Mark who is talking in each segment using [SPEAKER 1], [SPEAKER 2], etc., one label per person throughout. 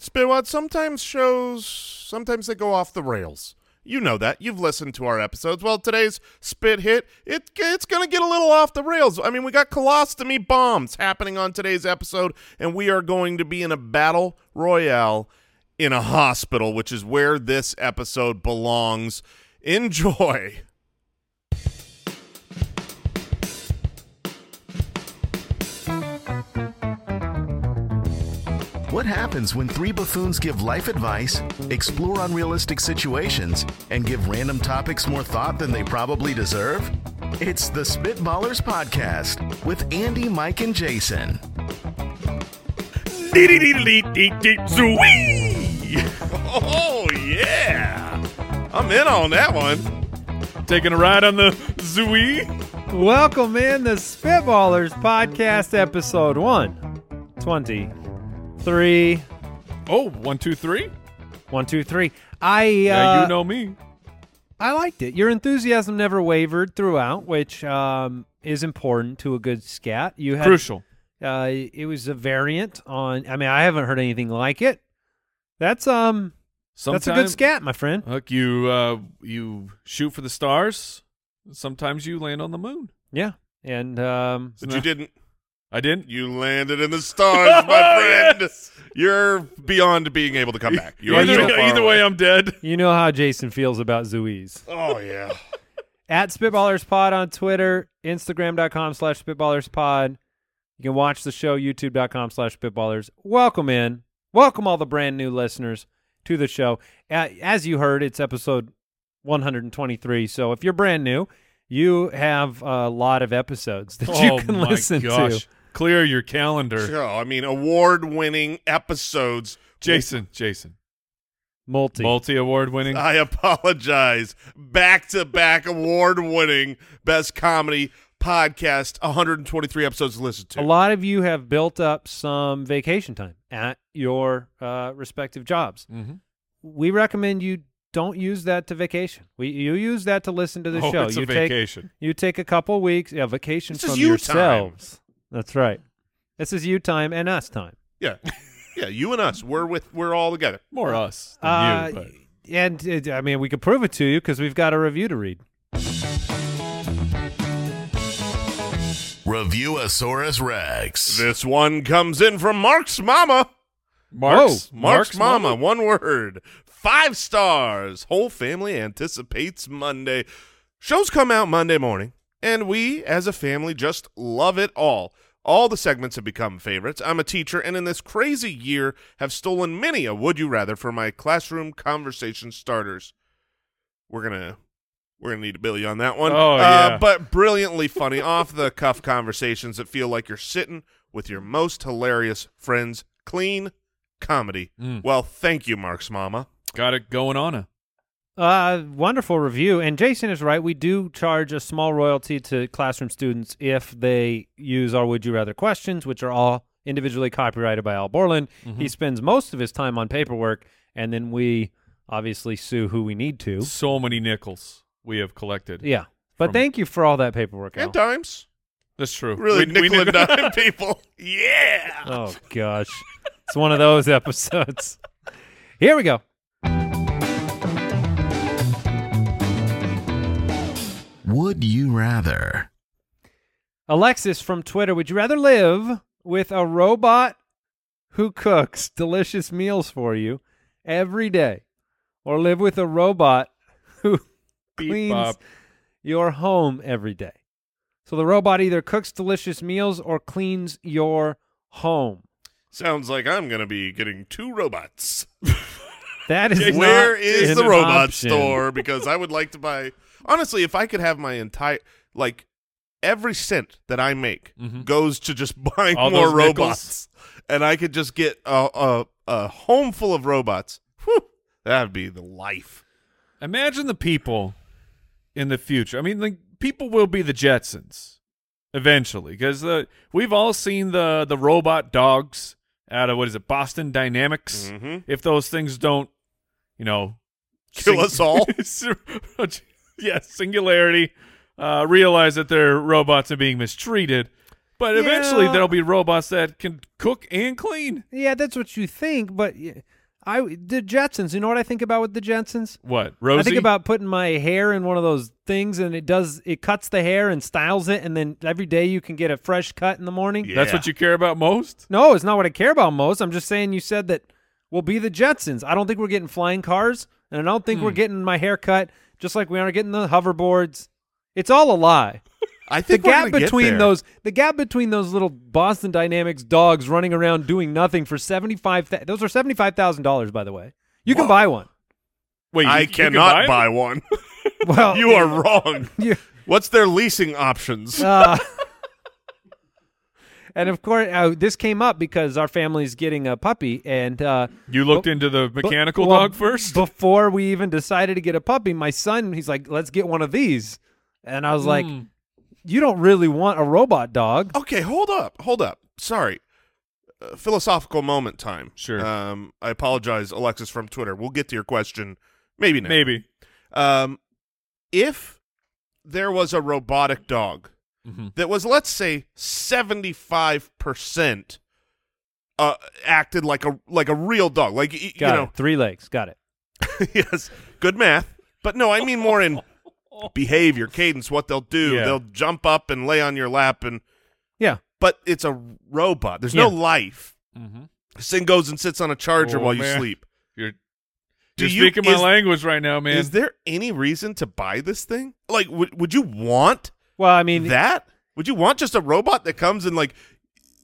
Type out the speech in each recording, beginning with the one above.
[SPEAKER 1] Spitwad, sometimes shows, sometimes they go off the rails. You know that. You've listened to our episodes. Well, today's spit hit, it, it's going to get a little off the rails. I mean, we got colostomy bombs happening on today's episode, and we are going to be in a battle royale in a hospital, which is where this episode belongs. Enjoy.
[SPEAKER 2] What happens when three buffoons give life advice, explore unrealistic situations, and give random topics more thought than they probably deserve? It's the Spitballers Podcast with Andy, Mike, and Jason.
[SPEAKER 1] Oh, yeah. I'm in on that one.
[SPEAKER 3] Taking a ride on the Zooey.
[SPEAKER 4] Welcome in the Spitballers Podcast, episode one, 20, three,
[SPEAKER 3] Oh, one, two, three.
[SPEAKER 4] one, two, three. I, uh,
[SPEAKER 3] yeah, you know me.
[SPEAKER 4] I liked it. Your enthusiasm never wavered throughout, which um, is important to a good scat. You had,
[SPEAKER 3] Crucial.
[SPEAKER 4] Uh, it was a variant on. I mean, I haven't heard anything like it. That's um,
[SPEAKER 3] Sometimes,
[SPEAKER 4] that's a good scat, my friend.
[SPEAKER 3] Look, you uh, you shoot for the stars. Sometimes you land on the moon.
[SPEAKER 4] Yeah, and um,
[SPEAKER 1] But you didn't.
[SPEAKER 3] I didn't.
[SPEAKER 1] You landed in the stars, my friend. You're beyond being able to come back. You are
[SPEAKER 3] E-
[SPEAKER 1] so
[SPEAKER 3] either,
[SPEAKER 1] far
[SPEAKER 3] either
[SPEAKER 1] away.
[SPEAKER 3] way, I'm dead.
[SPEAKER 4] you know how Jason feels about Zooey's.
[SPEAKER 1] Oh yeah.
[SPEAKER 4] at spitballerspod on twitter instagram.com slash spitballerspod you can watch the show youtube.com slash spitballers welcome in welcome all the brand new listeners to the show A- as you heard it's episode 123 so if you're brand new you have a lot of episodes that
[SPEAKER 3] oh
[SPEAKER 4] you can
[SPEAKER 3] my
[SPEAKER 4] listen
[SPEAKER 3] gosh.
[SPEAKER 4] to
[SPEAKER 3] Clear your calendar,
[SPEAKER 1] So, I mean, award-winning episodes.
[SPEAKER 3] Jason. Jason.
[SPEAKER 4] multi
[SPEAKER 3] Multi award winning.
[SPEAKER 1] I apologize. Back-to-back award-winning best comedy podcast. 123 episodes to listen to.
[SPEAKER 4] a lot of you have built up some vacation time at your uh, respective jobs
[SPEAKER 3] Mhm.
[SPEAKER 4] we recommend you don't use that to vacation. We you use that to listen to the
[SPEAKER 3] Oh,
[SPEAKER 4] show.
[SPEAKER 3] it's a
[SPEAKER 4] you
[SPEAKER 3] vacation.
[SPEAKER 4] Take, you take a couple weeks, yeah, vacation
[SPEAKER 1] This is
[SPEAKER 4] from
[SPEAKER 1] you time.
[SPEAKER 4] yourselves. That's right. This is you time and us time.
[SPEAKER 1] Yeah, yeah. You and us. We're with. We're all together.
[SPEAKER 3] More us than
[SPEAKER 4] Uh,
[SPEAKER 3] you. But.
[SPEAKER 4] and uh, I mean, we could prove it to you because we've got a review to read.
[SPEAKER 2] Review Asaurus Rex.
[SPEAKER 1] This one comes in from Mark's mama.
[SPEAKER 3] Mark's,
[SPEAKER 1] Mark's, mama, one word. Five stars. Whole family anticipates Monday. Shows come out Monday morning, and we as a family just love it all. All the segments have become favorites. I'm a teacher, and in this crazy year, have stolen many a would you rather for my classroom conversation starters. We're gonna we're gonna need a Billy on that one.
[SPEAKER 3] Oh,
[SPEAKER 1] Uh,
[SPEAKER 3] yeah.
[SPEAKER 1] But brilliantly funny, off the cuff conversations that feel like you're sitting with your most hilarious friends. Clean comedy.
[SPEAKER 3] Mm.
[SPEAKER 1] Well, thank you, Mark's mama.
[SPEAKER 3] Got it going on. a-
[SPEAKER 4] Uh, wonderful review. And Jason is right. We do charge a small royalty to classroom students if they use our Would You Rather questions, which are all individually copyrighted by Al Borland. He spends most of his time on paperwork, and then we obviously sue who we need to.
[SPEAKER 3] So many nickels we have collected.
[SPEAKER 4] Yeah. But
[SPEAKER 3] From-
[SPEAKER 4] thank you for all that paperwork, Al.
[SPEAKER 1] And dimes.
[SPEAKER 3] That's true.
[SPEAKER 1] Really
[SPEAKER 3] We- we
[SPEAKER 1] nickel and
[SPEAKER 3] need-
[SPEAKER 1] dime people. Yeah.
[SPEAKER 4] Oh, gosh. It's one of those episodes. Here we go.
[SPEAKER 2] Would you rather?
[SPEAKER 4] Alexis from Twitter, would you rather live with a robot who cooks delicious meals for you every day or live with a robot who
[SPEAKER 3] Beep,
[SPEAKER 4] cleans
[SPEAKER 3] bop.
[SPEAKER 4] your home every day? So the robot either cooks delicious meals or cleans your home.
[SPEAKER 1] Sounds like I'm going to be getting two robots.
[SPEAKER 4] That is not
[SPEAKER 1] Where is
[SPEAKER 4] an
[SPEAKER 1] the robot
[SPEAKER 4] option.
[SPEAKER 1] store? Because I would like to buy. Honestly, if I could have my entire. Like, every cent that I make
[SPEAKER 4] Mm-hmm.
[SPEAKER 3] Mhm.
[SPEAKER 1] goes to just buying
[SPEAKER 3] All
[SPEAKER 1] more
[SPEAKER 3] those nickels.
[SPEAKER 1] robots. And I could just get a, a, a home full of robots. Whew, that'd be the life.
[SPEAKER 3] Imagine the people in the future. I mean, like people will be the Jetsons eventually because the we've all seen the the robot dogs out of what is it Boston Dynamics.
[SPEAKER 1] Mhm.
[SPEAKER 3] If those things don't, you know,
[SPEAKER 1] Kill us all.
[SPEAKER 3] yes, singularity. Uh, realize that they're robots and being mistreated. But
[SPEAKER 4] Yeah.
[SPEAKER 3] eventually, there'll be robots that can cook and clean.
[SPEAKER 4] Yeah, that's what you think, but y- I the Jetsons. You know what I think about with the Jetsons?
[SPEAKER 3] What Rosie?
[SPEAKER 4] I think about putting my hair in one of those things, and it does it cuts the hair and styles it, and then every day you can get a fresh cut in the morning.
[SPEAKER 1] Yeah.
[SPEAKER 3] that's what you care about most.
[SPEAKER 4] No, it's not what I care about most. I'm just saying you said that we'll be the Jetsons. I don't think we're getting flying cars, and I don't think
[SPEAKER 1] Hmm.
[SPEAKER 4] we're getting my hair cut, just like we aren't getting the hoverboards. It's all a lie.
[SPEAKER 1] I
[SPEAKER 4] The
[SPEAKER 1] think we're
[SPEAKER 4] gap
[SPEAKER 1] gonna get
[SPEAKER 4] between
[SPEAKER 1] there.
[SPEAKER 4] those the gap between those little Boston Dynamics dogs running around doing nothing for seventy five those are seventy five thousand dollars by the way. You can buy one.
[SPEAKER 3] Wait,
[SPEAKER 1] I
[SPEAKER 3] you, you can
[SPEAKER 1] cannot
[SPEAKER 3] it?
[SPEAKER 1] buy one.
[SPEAKER 4] Well,
[SPEAKER 1] you are wrong.
[SPEAKER 4] you-
[SPEAKER 1] What's their leasing options?
[SPEAKER 4] Uh, and of course, uh, this came up because our family's getting a puppy, and uh,
[SPEAKER 3] You looked into the
[SPEAKER 4] bu-
[SPEAKER 3] mechanical
[SPEAKER 4] well,
[SPEAKER 3] dog first.
[SPEAKER 4] Before we even decided to get a puppy, my son, he's like, "Let's get one of these," and I was like,
[SPEAKER 3] Hmm.
[SPEAKER 4] "You don't really want a robot dog."
[SPEAKER 1] okay, hold up, hold up. Sorry, uh, philosophical moment time.
[SPEAKER 3] Sure.
[SPEAKER 1] Um, I apologize, Alexis from Twitter. We'll get to your question maybe next.
[SPEAKER 3] Maybe.
[SPEAKER 1] Um, if there was a robotic dog
[SPEAKER 3] Mhm.
[SPEAKER 1] that was, let's say, seventy five percent, uh, acted like a like a real dog, like y- you
[SPEAKER 4] Got
[SPEAKER 1] know,
[SPEAKER 4] it. Three legs. Got it.
[SPEAKER 1] yes, good math. But no, I mean more in behavior, cadence, what they'll do.
[SPEAKER 3] Yeah.
[SPEAKER 1] They'll jump up and lay on your lap and
[SPEAKER 4] Yeah.
[SPEAKER 1] but it's a robot. There's no
[SPEAKER 4] Yeah. Mm-hmm.
[SPEAKER 1] life.
[SPEAKER 3] Mhm.
[SPEAKER 1] This thing goes and sits on a charger
[SPEAKER 3] Oh,
[SPEAKER 1] while you
[SPEAKER 3] man.
[SPEAKER 1] sleep.
[SPEAKER 3] You're,
[SPEAKER 1] Do
[SPEAKER 3] you're
[SPEAKER 1] you-
[SPEAKER 3] speaking
[SPEAKER 1] is-
[SPEAKER 3] my language right now, man.
[SPEAKER 1] Is there any reason to buy this thing? Like would would you want
[SPEAKER 4] Well, I mean,
[SPEAKER 1] that? Would you want just a robot that comes and like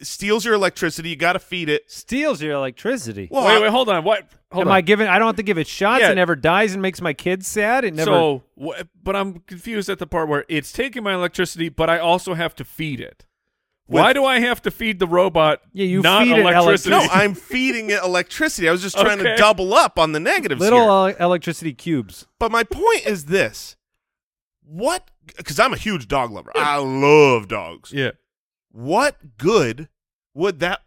[SPEAKER 1] steals your electricity, you got to feed it?
[SPEAKER 4] steals your electricity.
[SPEAKER 1] Well,
[SPEAKER 3] wait,
[SPEAKER 1] I-
[SPEAKER 3] wait, hold on. What? Hold
[SPEAKER 4] Am
[SPEAKER 3] on.
[SPEAKER 4] I giving? I don't have to give it shots.
[SPEAKER 3] Yeah.
[SPEAKER 4] It never dies and makes my kids sad. It never.
[SPEAKER 3] So, wh- but I'm confused at the part where it's taking my electricity, but I also have to feed it. Why
[SPEAKER 1] With-
[SPEAKER 3] do I have to feed the robot?
[SPEAKER 4] Yeah, you
[SPEAKER 3] not
[SPEAKER 4] feed it
[SPEAKER 3] electricity.
[SPEAKER 1] No, I'm feeding it electricity. I was just trying to
[SPEAKER 3] Okay.
[SPEAKER 1] double up on the negatives
[SPEAKER 4] little uh,
[SPEAKER 1] here.
[SPEAKER 4] ele- electricity cubes.
[SPEAKER 1] But my point is this: what? Because I'm a huge dog lover. I love dogs.
[SPEAKER 3] yeah,
[SPEAKER 1] What good would that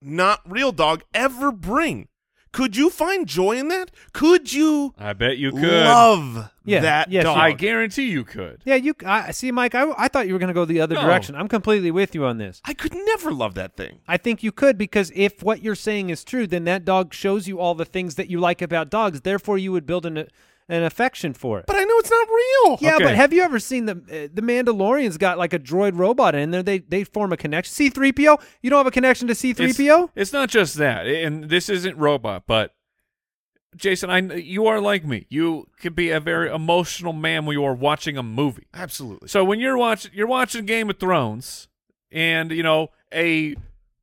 [SPEAKER 1] not real dog ever bring? Could you find joy in that? Could you,
[SPEAKER 3] I bet you could.
[SPEAKER 1] love
[SPEAKER 4] Yeah,
[SPEAKER 1] that
[SPEAKER 4] yes, you
[SPEAKER 1] dog?
[SPEAKER 3] I guarantee you could.
[SPEAKER 4] Yeah, you I, see, Mike. I, I thought you were going to go the other
[SPEAKER 3] No.
[SPEAKER 4] direction. I'm completely with you on this.
[SPEAKER 1] I could never love that thing.
[SPEAKER 4] I think you could because if what you're saying is true, then that dog shows you all the things that you like about dogs. Therefore, you would build an an affection for it.
[SPEAKER 1] But I know it's not real.
[SPEAKER 4] yeah, but
[SPEAKER 3] Okay.
[SPEAKER 4] have you ever seen the uh, the Mandalorian's got like a droid robot in there? They they form a connection. C three PO. You don't have a connection to C three
[SPEAKER 3] It's-
[SPEAKER 4] PO.
[SPEAKER 3] It's not just that, and this isn't robot, but Jason, I you are like me. You can be a very emotional man when you are watching a movie.
[SPEAKER 1] Absolutely.
[SPEAKER 3] So when you're watching you're watching Game of Thrones, and you know a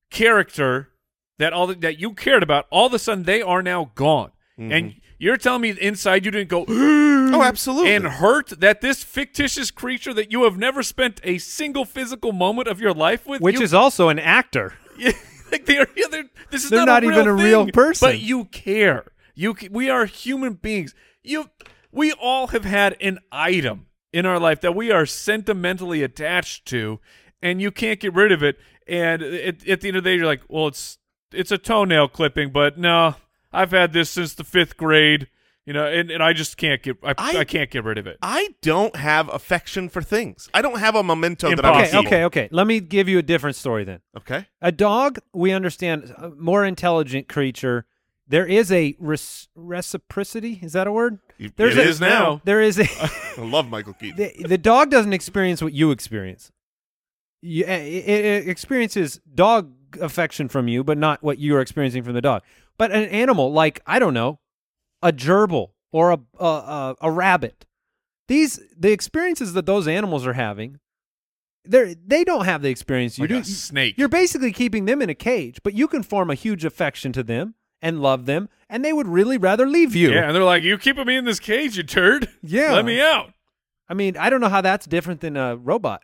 [SPEAKER 3] character that all the, that you cared about, all of a sudden they are now gone, and you're telling me inside you didn't go
[SPEAKER 1] Oh, absolutely.
[SPEAKER 3] and hurt that this fictitious creature that you have never spent a single physical moment of your life with,
[SPEAKER 4] Which
[SPEAKER 3] you-
[SPEAKER 4] is also an actor.
[SPEAKER 3] yeah, like they are, yeah, they're, this is
[SPEAKER 4] They're
[SPEAKER 3] not,
[SPEAKER 4] not even a
[SPEAKER 3] thing,
[SPEAKER 4] real person.
[SPEAKER 3] But you care. You c- we are human beings. You we all have had an item in our life that we are sentimentally attached to, and you can't get rid of it. And at, at the end of the day, you're like, well, it's it's a toenail clipping, but no, I've had this since the fifth grade. You know, and, and I just can't get I,
[SPEAKER 1] I-
[SPEAKER 3] I, can't get rid of it.
[SPEAKER 1] I don't have affection for things. I don't have a memento that
[SPEAKER 4] Okay,
[SPEAKER 1] I'm
[SPEAKER 3] Impossible.
[SPEAKER 4] okay, okay. Let me give you a different story then.
[SPEAKER 1] Okay.
[SPEAKER 4] A dog, we understand, a more intelligent creature. There is a res- reciprocity. Is that a word?
[SPEAKER 1] You-
[SPEAKER 4] There's
[SPEAKER 1] it
[SPEAKER 4] a-
[SPEAKER 1] is now.
[SPEAKER 4] There is a.
[SPEAKER 1] I love Michael Keaton.
[SPEAKER 4] the, the dog doesn't experience what you experience. You, eh, it, it it experiences dog affection from you, but not what you're experiencing from the dog. But an animal, like I don't know, a gerbil or a a, a, a rabbit, these the experiences that those animals are having, they they don't have the experience you
[SPEAKER 3] Like
[SPEAKER 4] do.
[SPEAKER 3] a snake.
[SPEAKER 4] You're basically keeping them in a cage, but you can form a huge affection to them and love them, and they would really rather leave you.
[SPEAKER 3] Yeah, and they're like, you keeping me in this cage, you turd.
[SPEAKER 4] Yeah.
[SPEAKER 3] let me out.
[SPEAKER 4] I mean, I don't know how that's different than a robot.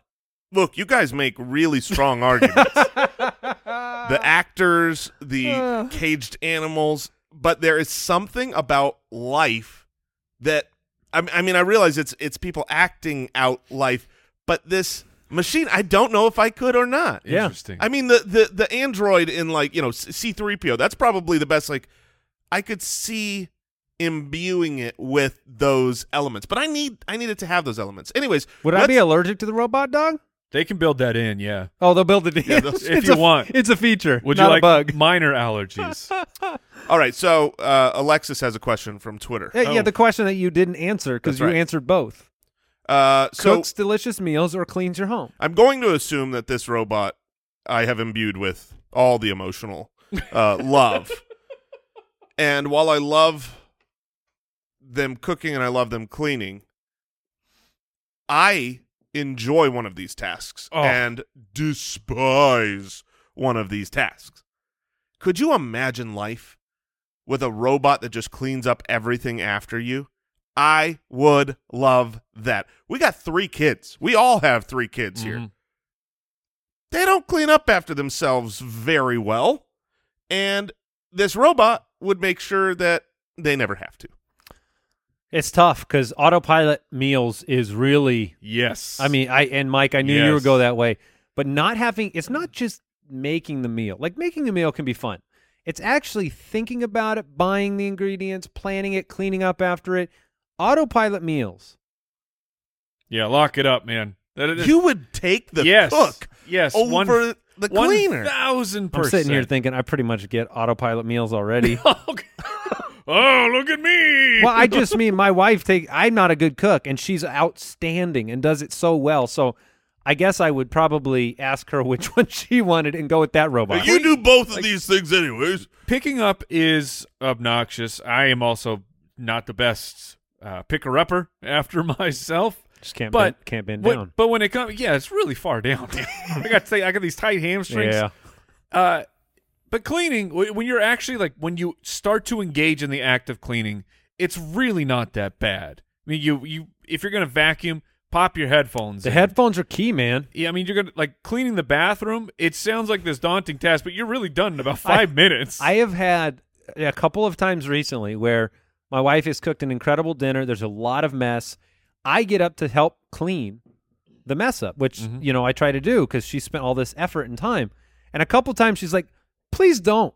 [SPEAKER 1] look, you guys make really strong arguments. the actors, the
[SPEAKER 4] Uh.
[SPEAKER 1] caged animals, but there is something about life that I, m- I mean, I realize it's it's people acting out life, but this machine, I don't know if I could or not.
[SPEAKER 4] Yeah.
[SPEAKER 3] Interesting.
[SPEAKER 1] I mean, the the the android in like you know C three PO. That's probably the best. Like, I could see imbuing it with those elements, but I need I needed to have those elements. Anyways,
[SPEAKER 4] Would I
[SPEAKER 1] let's-
[SPEAKER 4] be allergic to the robot dog?
[SPEAKER 3] They can build that in, yeah.
[SPEAKER 4] Oh, they'll build it in.
[SPEAKER 1] Yeah, they'll-
[SPEAKER 3] if
[SPEAKER 4] It's
[SPEAKER 3] you
[SPEAKER 4] a-
[SPEAKER 3] want.
[SPEAKER 4] It's a feature.
[SPEAKER 3] Would
[SPEAKER 4] not
[SPEAKER 3] you
[SPEAKER 4] a
[SPEAKER 3] like
[SPEAKER 4] bug?
[SPEAKER 3] minor allergies?
[SPEAKER 1] All right, so uh, Alexis has a question from Twitter.
[SPEAKER 4] Yeah, yeah,
[SPEAKER 3] Oh.
[SPEAKER 4] the question that you didn't answer because
[SPEAKER 1] That's
[SPEAKER 4] you
[SPEAKER 1] right.
[SPEAKER 4] answered both.
[SPEAKER 1] Uh, so
[SPEAKER 4] Cooks delicious meals or cleans your home.
[SPEAKER 1] I'm going to assume that this robot I have imbued with all the emotional uh, love. And while I love them cooking and I love them cleaning, I enjoy one of these tasks
[SPEAKER 3] Oh.
[SPEAKER 1] and despise one of these tasks. Could you imagine life with a robot that just cleans up everything after you? I would love that. We got three kids. We all have three kids here
[SPEAKER 3] Mhm.
[SPEAKER 1] they don't clean up after themselves very well. And this robot would make sure that they never have to.
[SPEAKER 4] It's tough because autopilot meals is really.
[SPEAKER 3] Yes.
[SPEAKER 4] I mean, I and Mike, I knew you would
[SPEAKER 3] Yes.
[SPEAKER 4] go that way, but not having it's not just making the meal. Like making the meal can be fun. It's actually thinking about it, buying the ingredients, planning it, cleaning up after it. Autopilot meals.
[SPEAKER 3] yeah, lock it up, man. That it is-
[SPEAKER 1] You would take the
[SPEAKER 3] yes,
[SPEAKER 1] cook
[SPEAKER 3] yes,
[SPEAKER 1] over
[SPEAKER 3] one,
[SPEAKER 1] the cleaner.
[SPEAKER 3] One thousand
[SPEAKER 4] I'm
[SPEAKER 3] percent.
[SPEAKER 4] sitting here thinking I pretty much get autopilot meals already.
[SPEAKER 3] Okay. oh, look at me.
[SPEAKER 4] well, I just mean my wife take I'm not a good cook and she's outstanding and does it so well. So I guess I would probably ask her which one she wanted and go with that robot.
[SPEAKER 1] you do both of these things anyways.
[SPEAKER 3] Picking up is obnoxious. I am also not the best uh, picker upper after myself.
[SPEAKER 4] just can't
[SPEAKER 3] but
[SPEAKER 4] bend, can't bend
[SPEAKER 3] But-
[SPEAKER 4] down.
[SPEAKER 3] But when it comes, yeah, it's really far down. I got to say, I got these tight hamstrings.
[SPEAKER 4] Yeah.
[SPEAKER 3] Uh, but cleaning, wh- when you're actually like when you start to engage in the act of cleaning, it's really not that bad. I mean, you you if you're gonna vacuum, pop your headphones.
[SPEAKER 4] The
[SPEAKER 3] in.
[SPEAKER 4] headphones are key, man.
[SPEAKER 3] Yeah, I mean, you're gonna like cleaning the bathroom. It sounds like this daunting task, but you're really done in about five minutes.
[SPEAKER 4] I have had a couple of times recently where my wife has cooked an incredible dinner. There's a lot of mess. I get up to help clean the mess up, which
[SPEAKER 3] Mhm.
[SPEAKER 4] you know I try to do because she spent all this effort and time. And a couple times she's like, "Please don't.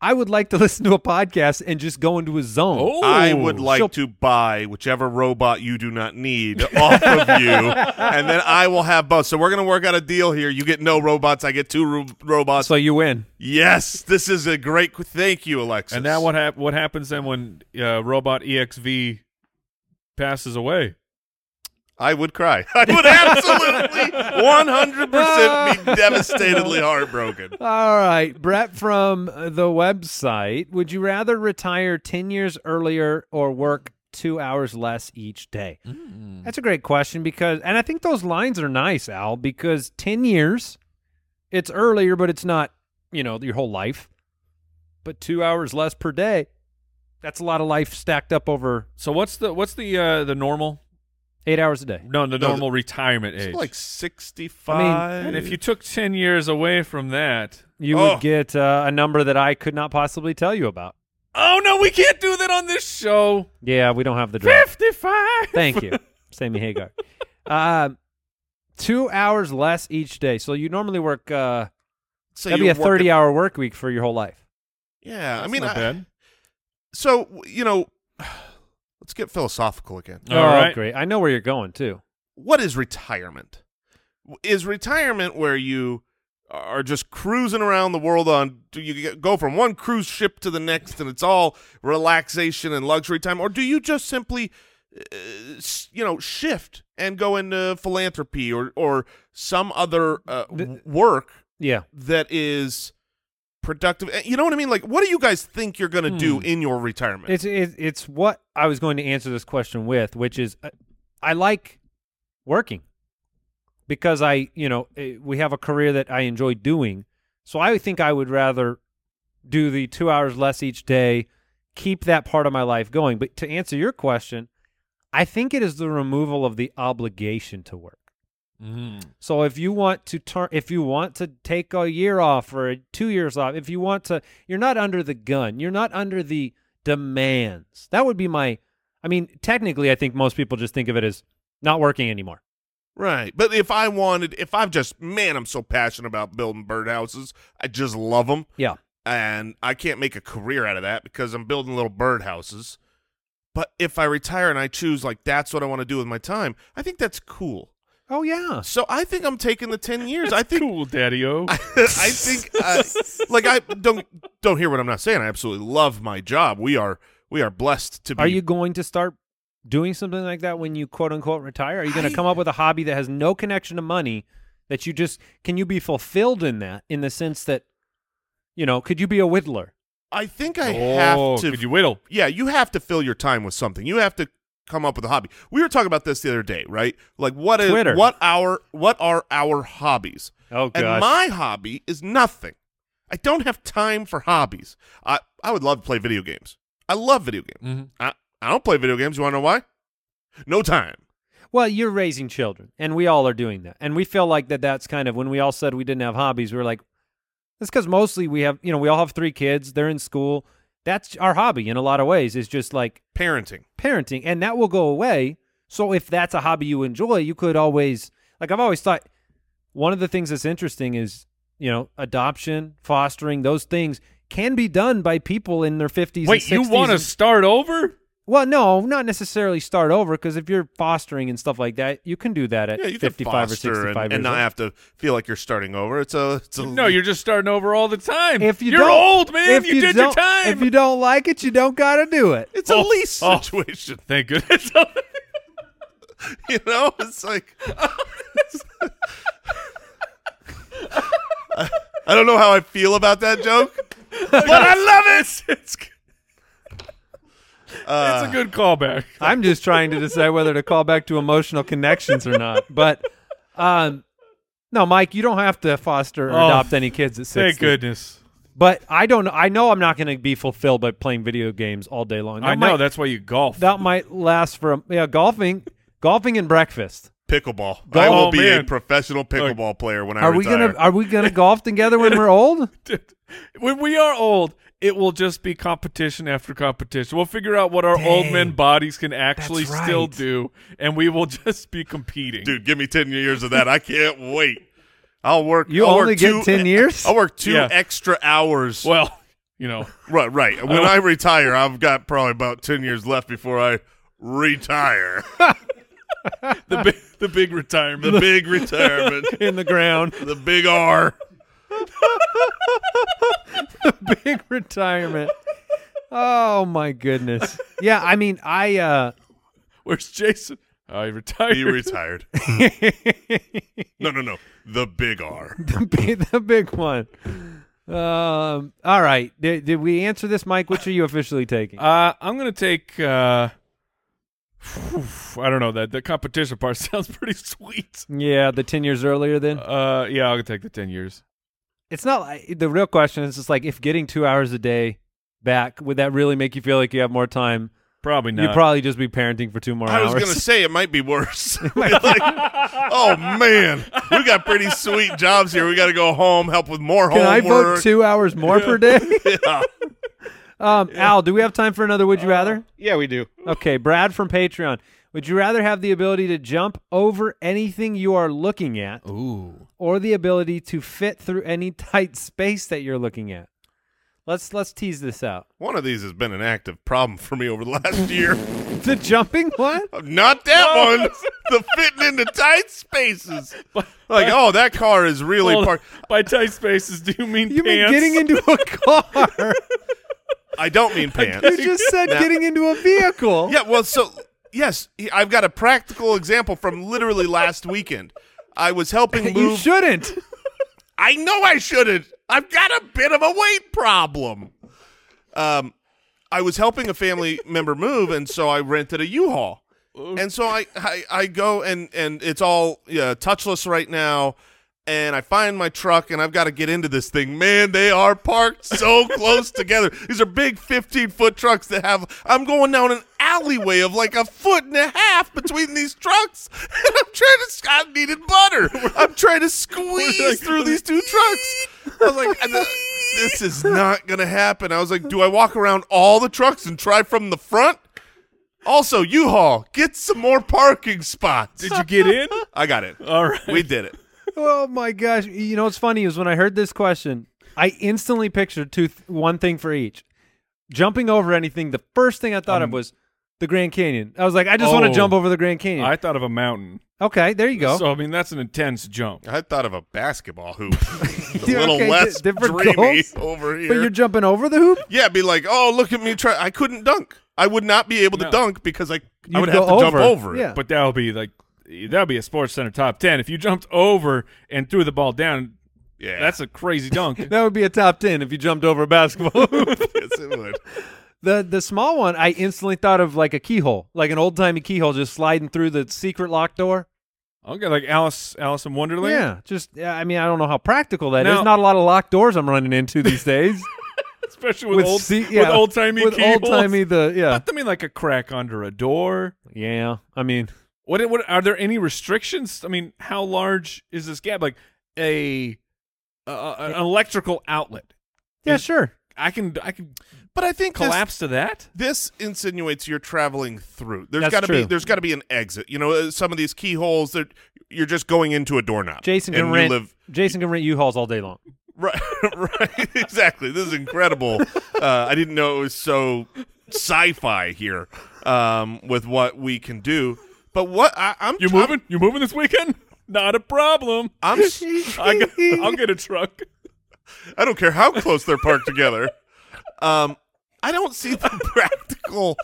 [SPEAKER 4] I would like to listen to a podcast and just go into a zone."
[SPEAKER 3] oh,
[SPEAKER 1] I would like
[SPEAKER 4] she'll-
[SPEAKER 1] to buy whichever robot you do not need off of you, and then I will have both. So we're gonna work out a deal here. You get no robots. I get two ro- robots.
[SPEAKER 4] So you win.
[SPEAKER 1] yes, this is a great. qu- Thank you, Alexis.
[SPEAKER 3] And now what hap- what happens then when uh, robot EXV passes away?
[SPEAKER 1] I would cry. I would absolutely 100% be devastatedly heartbroken.
[SPEAKER 4] All right, Brett from uh, the website. Would you rather retire 10 years earlier or work two hours less each day? That's a great question because, and I think those lines are nice, Al, because 10 years, it's earlier, but it's not, you know, your whole life. But two hours less per day, that's a lot of life stacked up over
[SPEAKER 3] So what's the what's the uh, the normal?
[SPEAKER 4] eight hours a day.
[SPEAKER 3] No, the
[SPEAKER 1] No,
[SPEAKER 3] normal retirement age.
[SPEAKER 1] It's like 65.
[SPEAKER 3] and if you took ten years away from that,
[SPEAKER 4] You
[SPEAKER 1] Oh.
[SPEAKER 4] would get uh, a number that I could not possibly tell you about.
[SPEAKER 3] oh no, we can't do that on this show.
[SPEAKER 4] Yeah, we don't have the draft.
[SPEAKER 3] Fifty-five.
[SPEAKER 4] Thank you, Sammy Hagar. Um, two hours less each day. So you normally work. Uh,
[SPEAKER 1] so
[SPEAKER 4] that'd be
[SPEAKER 1] you
[SPEAKER 4] a
[SPEAKER 1] work it-
[SPEAKER 4] thirty-hour work week for your whole life.
[SPEAKER 1] Yeah, I
[SPEAKER 3] That's
[SPEAKER 1] mean,
[SPEAKER 3] not
[SPEAKER 1] I-
[SPEAKER 3] bad.
[SPEAKER 1] so, you know, let's get philosophical again.
[SPEAKER 3] All right.
[SPEAKER 4] Oh, great! I know where you're going too.
[SPEAKER 1] What is retirement? Is retirement where you are just cruising around the world on, do you get- go from one cruise ship to the next and it's all relaxation and luxury time? Or do you just simply uh, s- you know shift and go into philanthropy or or some other uh, w- work
[SPEAKER 4] Yeah,
[SPEAKER 1] that is productive Eh, you know what i mean like what do you guys think you're going to do in your retirement
[SPEAKER 4] it's it, it's what I was going to answer this question with, which is, uh, I like working because I, you know, eh, we have a career that I enjoy doing. So I think I would rather do the two hours less each day, keep that part of my life going. But to answer your question, I think it is the removal of the obligation to work.
[SPEAKER 3] Mm.
[SPEAKER 4] So if you want to turn, if you want to take a year off or two years off, if you want to, you're not under the gun. You're not under the demands. That would be my. I mean, technically, I think most people just think of it as not working anymore.
[SPEAKER 1] right but if i wanted if i've just man i'm so passionate about building birdhouses i just love them
[SPEAKER 4] Yeah.
[SPEAKER 1] and i can't make a career out of that because i'm building little birdhouses but if i retire and i choose like that's what i want to do with my time i think that's cool
[SPEAKER 4] Oh yeah.
[SPEAKER 1] So I think I'm taking the 10 years. I think
[SPEAKER 3] cool, Daddy O.
[SPEAKER 1] I think uh, like I don't don't hear what I'm not saying. I absolutely love my job. We are we are blessed to be
[SPEAKER 4] Are you going to start doing something like that when you quote unquote retire? Are you going
[SPEAKER 1] I-
[SPEAKER 4] to come up with a hobby that has no connection to money that you just can you be fulfilled in that in the sense that you know, could you be a whittler?
[SPEAKER 1] I think I
[SPEAKER 3] oh,
[SPEAKER 1] have to
[SPEAKER 3] could you whittle?
[SPEAKER 1] yeah, you have to fill your time with something. You have to come up with a hobby. We were talking about this the other day, right? Like what is
[SPEAKER 4] Twitter.
[SPEAKER 1] what our what are our hobbies?
[SPEAKER 4] Oh
[SPEAKER 1] And
[SPEAKER 4] gosh.
[SPEAKER 1] my hobby is nothing. I don't have time for hobbies. I I would love to play video games. I love video games.
[SPEAKER 4] Mm-hmm.
[SPEAKER 3] Mhm.
[SPEAKER 1] I, I don't play video games. You want to know why? No time.
[SPEAKER 4] Well, you're raising children, and we all are doing that. And we feel like that that's kind of when we all said we didn't have hobbies, we were like, that's because mostly we have, you know, we all have three kids, they're in school. That's our hobby in a lot of ways, is just like
[SPEAKER 1] Parenting.
[SPEAKER 4] parenting, and that will go away. So if that's a hobby you enjoy, you could always, like I've always thought, one of the things that's interesting is, you know, adoption, fostering, those things can be done by people in their 50s
[SPEAKER 3] Wait, you
[SPEAKER 4] want
[SPEAKER 3] want to start over?
[SPEAKER 1] Mm-hmm.
[SPEAKER 4] well, no, not necessarily start over because if you're fostering and stuff like that, you can do that at
[SPEAKER 1] Yeah, you can
[SPEAKER 4] 55 or
[SPEAKER 1] foster
[SPEAKER 4] 65
[SPEAKER 1] and,
[SPEAKER 4] years
[SPEAKER 1] and not
[SPEAKER 4] old.
[SPEAKER 1] have to feel like you're starting over. It's a it's a
[SPEAKER 3] No, you're just starting over all the time.
[SPEAKER 4] if you
[SPEAKER 3] you're
[SPEAKER 4] don't-
[SPEAKER 3] old, man.
[SPEAKER 4] if
[SPEAKER 3] you, did your
[SPEAKER 4] don't- If
[SPEAKER 3] time.
[SPEAKER 4] you don't like it, you don't got to do it.
[SPEAKER 1] it's a
[SPEAKER 3] Oh,
[SPEAKER 1] lease
[SPEAKER 3] oh.
[SPEAKER 1] situation.
[SPEAKER 3] Thank goodness.
[SPEAKER 1] You know, it's like I, I don't know how I feel about that joke, but I love it. It's, g- Uh,
[SPEAKER 3] That's a good callback.
[SPEAKER 4] I'm just trying to decide whether to call back to emotional connections or not. But um, no, Mike, you don't have to foster or
[SPEAKER 3] Oh,
[SPEAKER 4] adopt any kids at 60.
[SPEAKER 3] Thank goodness.
[SPEAKER 4] But I don't. I know I'm not going to be fulfilled by playing video games all day long.
[SPEAKER 3] I
[SPEAKER 4] That might-
[SPEAKER 3] know that's why you golf.
[SPEAKER 4] that might last for a, yeah golfing, golfing and breakfast.
[SPEAKER 1] pickleball. I will
[SPEAKER 3] Oh,
[SPEAKER 1] be a
[SPEAKER 3] man.
[SPEAKER 1] professional pickleball player when I
[SPEAKER 4] Are we
[SPEAKER 1] retire.
[SPEAKER 4] gonna Are we gonna golf together when we're old?
[SPEAKER 3] when we are old, it will just be competition after competition. We'll figure out what our old men bodies can actually
[SPEAKER 4] That's
[SPEAKER 3] still
[SPEAKER 4] right.
[SPEAKER 3] do, and we will just be competing.
[SPEAKER 1] Dude, give me ten years of that. I can't wait. I'll work.
[SPEAKER 4] You
[SPEAKER 1] I'll work
[SPEAKER 4] only get
[SPEAKER 1] two- e-
[SPEAKER 4] 10 years?
[SPEAKER 1] I'll work two
[SPEAKER 3] Yeah.
[SPEAKER 1] extra hours.
[SPEAKER 3] Well, you know,
[SPEAKER 1] Right, right. When
[SPEAKER 3] don't-
[SPEAKER 1] I retire, I've got probably about ten years left before I retire.
[SPEAKER 3] the big, the big retirement.
[SPEAKER 1] The big retirement.
[SPEAKER 4] In the ground,
[SPEAKER 1] The big R.
[SPEAKER 4] big retirement. Oh my goodness. Yeah, I mean, I uh
[SPEAKER 3] Where's Jason? I retired.
[SPEAKER 1] He retired. No, no, no. The big R.
[SPEAKER 4] the, big, the big one. Um. All right. Did, did we answer this, Mike? Which are you officially taking?
[SPEAKER 3] uh, I'm gonna take. Uh, I don't know that the competition part sounds pretty sweet.
[SPEAKER 4] yeah, the ten years earlier. Then
[SPEAKER 3] Uh, yeah, I'll take the ten years.
[SPEAKER 4] it's not like the real question is just like if getting two hours a day back would that really make you feel like you have more time?
[SPEAKER 3] Probably not.
[SPEAKER 4] You'd probably just be parenting for two more
[SPEAKER 1] I was
[SPEAKER 4] hours.
[SPEAKER 1] gonna say it might be worse. Like, oh man, we got pretty sweet jobs here. We got to go home, help with more
[SPEAKER 4] Can I
[SPEAKER 1] homework.
[SPEAKER 4] vote two hours more per day?
[SPEAKER 1] Yeah.
[SPEAKER 4] Um, Al, do we have time for another Would You Rather?
[SPEAKER 5] Yeah, we do.
[SPEAKER 4] Okay, Brad from Patreon. Would you rather have the ability to jump over anything you are looking at
[SPEAKER 3] Ooh.
[SPEAKER 4] or the ability to fit through any tight space that you're looking at? Let's let's tease this out.
[SPEAKER 1] One of these has been an active problem for me over the last year.
[SPEAKER 4] The jumping one?
[SPEAKER 1] Not that one. The fitting into tight spaces. Like, oh, that car is really
[SPEAKER 3] Hold on.
[SPEAKER 1] parked.
[SPEAKER 3] By tight spaces, do you mean
[SPEAKER 4] You mean
[SPEAKER 3] pants?
[SPEAKER 4] getting into a car?
[SPEAKER 1] I don't mean
[SPEAKER 4] you
[SPEAKER 1] pants.
[SPEAKER 4] just said
[SPEAKER 1] Now-
[SPEAKER 4] getting into a vehicle.
[SPEAKER 1] Yeah, well, so yes, he- I've got a practical example from literally last weekend. I was helping
[SPEAKER 4] You
[SPEAKER 1] move.
[SPEAKER 4] shouldn't.
[SPEAKER 1] I know I shouldn't. I've got a bit of a weight problem. Um, I was helping a family member move, and so I rented a U-Haul. And so I, I, I go and and it's all yeah, touchless right now. And I find my truck, and I've got to get into this thing. Man, they are parked so close together. These are big 15 foot trucks that have. I'm going down an alleyway of like a foot and a half between these trucks, and I'm trying to. I needed butter. I'm trying to squeeze through these two trucks. I was like, I- this is not gonna happen. I was like, do I walk around all the trucks and try from the front? Also, U-Haul, get some more parking spots.
[SPEAKER 3] Did you get in?
[SPEAKER 1] I got it.
[SPEAKER 3] All right.
[SPEAKER 1] We did it.
[SPEAKER 4] Oh my gosh! You know what's funny is when I heard this question, I instantly pictured two, th- one thing for each. Jumping over anything, the first thing I thought of was the Grand Canyon. I was like, I just want
[SPEAKER 3] Um, Oh.
[SPEAKER 4] to jump over the Grand Canyon.
[SPEAKER 3] I thought of a mountain.
[SPEAKER 4] okay, there you go.
[SPEAKER 3] So I mean, that's an intense jump.
[SPEAKER 1] I thought of a basketball hoop. a
[SPEAKER 4] Dude,
[SPEAKER 1] little
[SPEAKER 4] okay, di-
[SPEAKER 1] less
[SPEAKER 4] different
[SPEAKER 1] dreamy
[SPEAKER 4] goals,
[SPEAKER 1] over here.
[SPEAKER 4] but you're jumping over the hoop.
[SPEAKER 1] yeah, be like, oh, look at me try. I couldn't dunk. I would not be able to
[SPEAKER 3] No.
[SPEAKER 1] dunk because I,
[SPEAKER 4] You'd
[SPEAKER 1] I would
[SPEAKER 4] go
[SPEAKER 1] have to jump
[SPEAKER 4] over.
[SPEAKER 1] over it.
[SPEAKER 4] Yeah.
[SPEAKER 3] But that'll be like that'll be a Sports Center top ten. If you jumped over and threw the ball down,
[SPEAKER 1] yeah.
[SPEAKER 3] that's a crazy dunk.
[SPEAKER 4] That would be a top ten if you jumped over a basketball. hoop.
[SPEAKER 1] yes, it would.
[SPEAKER 4] the the small one, I instantly thought of like a keyhole, like an old timey keyhole, just sliding through the secret lock door.
[SPEAKER 3] okay, like Alice Alice in Wonderland.
[SPEAKER 4] Yeah, just yeah, I mean, I don't know how practical that is.
[SPEAKER 3] Now-
[SPEAKER 4] Not a lot of locked doors I'm running into these days.
[SPEAKER 3] especially with, old
[SPEAKER 4] se-
[SPEAKER 3] with old timey
[SPEAKER 4] with old timey the yeah
[SPEAKER 3] I mean, like a crack under a door.
[SPEAKER 4] yeah. I mean,
[SPEAKER 3] What? What are there any restrictions? I mean, how large is this gap? Like a, a an electrical outlet.
[SPEAKER 4] yeah, sure.
[SPEAKER 3] I can I can
[SPEAKER 1] But I think this
[SPEAKER 3] collapse to that.
[SPEAKER 1] this insinuates you're traveling through. There's
[SPEAKER 4] That's
[SPEAKER 1] got to be
[SPEAKER 4] true.
[SPEAKER 1] there's got to be an exit. You know, uh, some of these keyholes that you're just going into a doorknob.
[SPEAKER 4] Jason
[SPEAKER 1] and
[SPEAKER 4] can
[SPEAKER 1] you
[SPEAKER 4] rent.
[SPEAKER 1] live-
[SPEAKER 4] Jason can rent U-Hauls all day long.
[SPEAKER 1] right, right, exactly. This is incredible. uh, I didn't know it was so sci-fi here um, with what we can do. But what I, I'm
[SPEAKER 3] You moving? You moving this weekend? Not a problem.
[SPEAKER 1] I'm, I'm
[SPEAKER 3] I got, I'll get a truck.
[SPEAKER 1] I don't care how close they're parked together. Um, I don't see the practical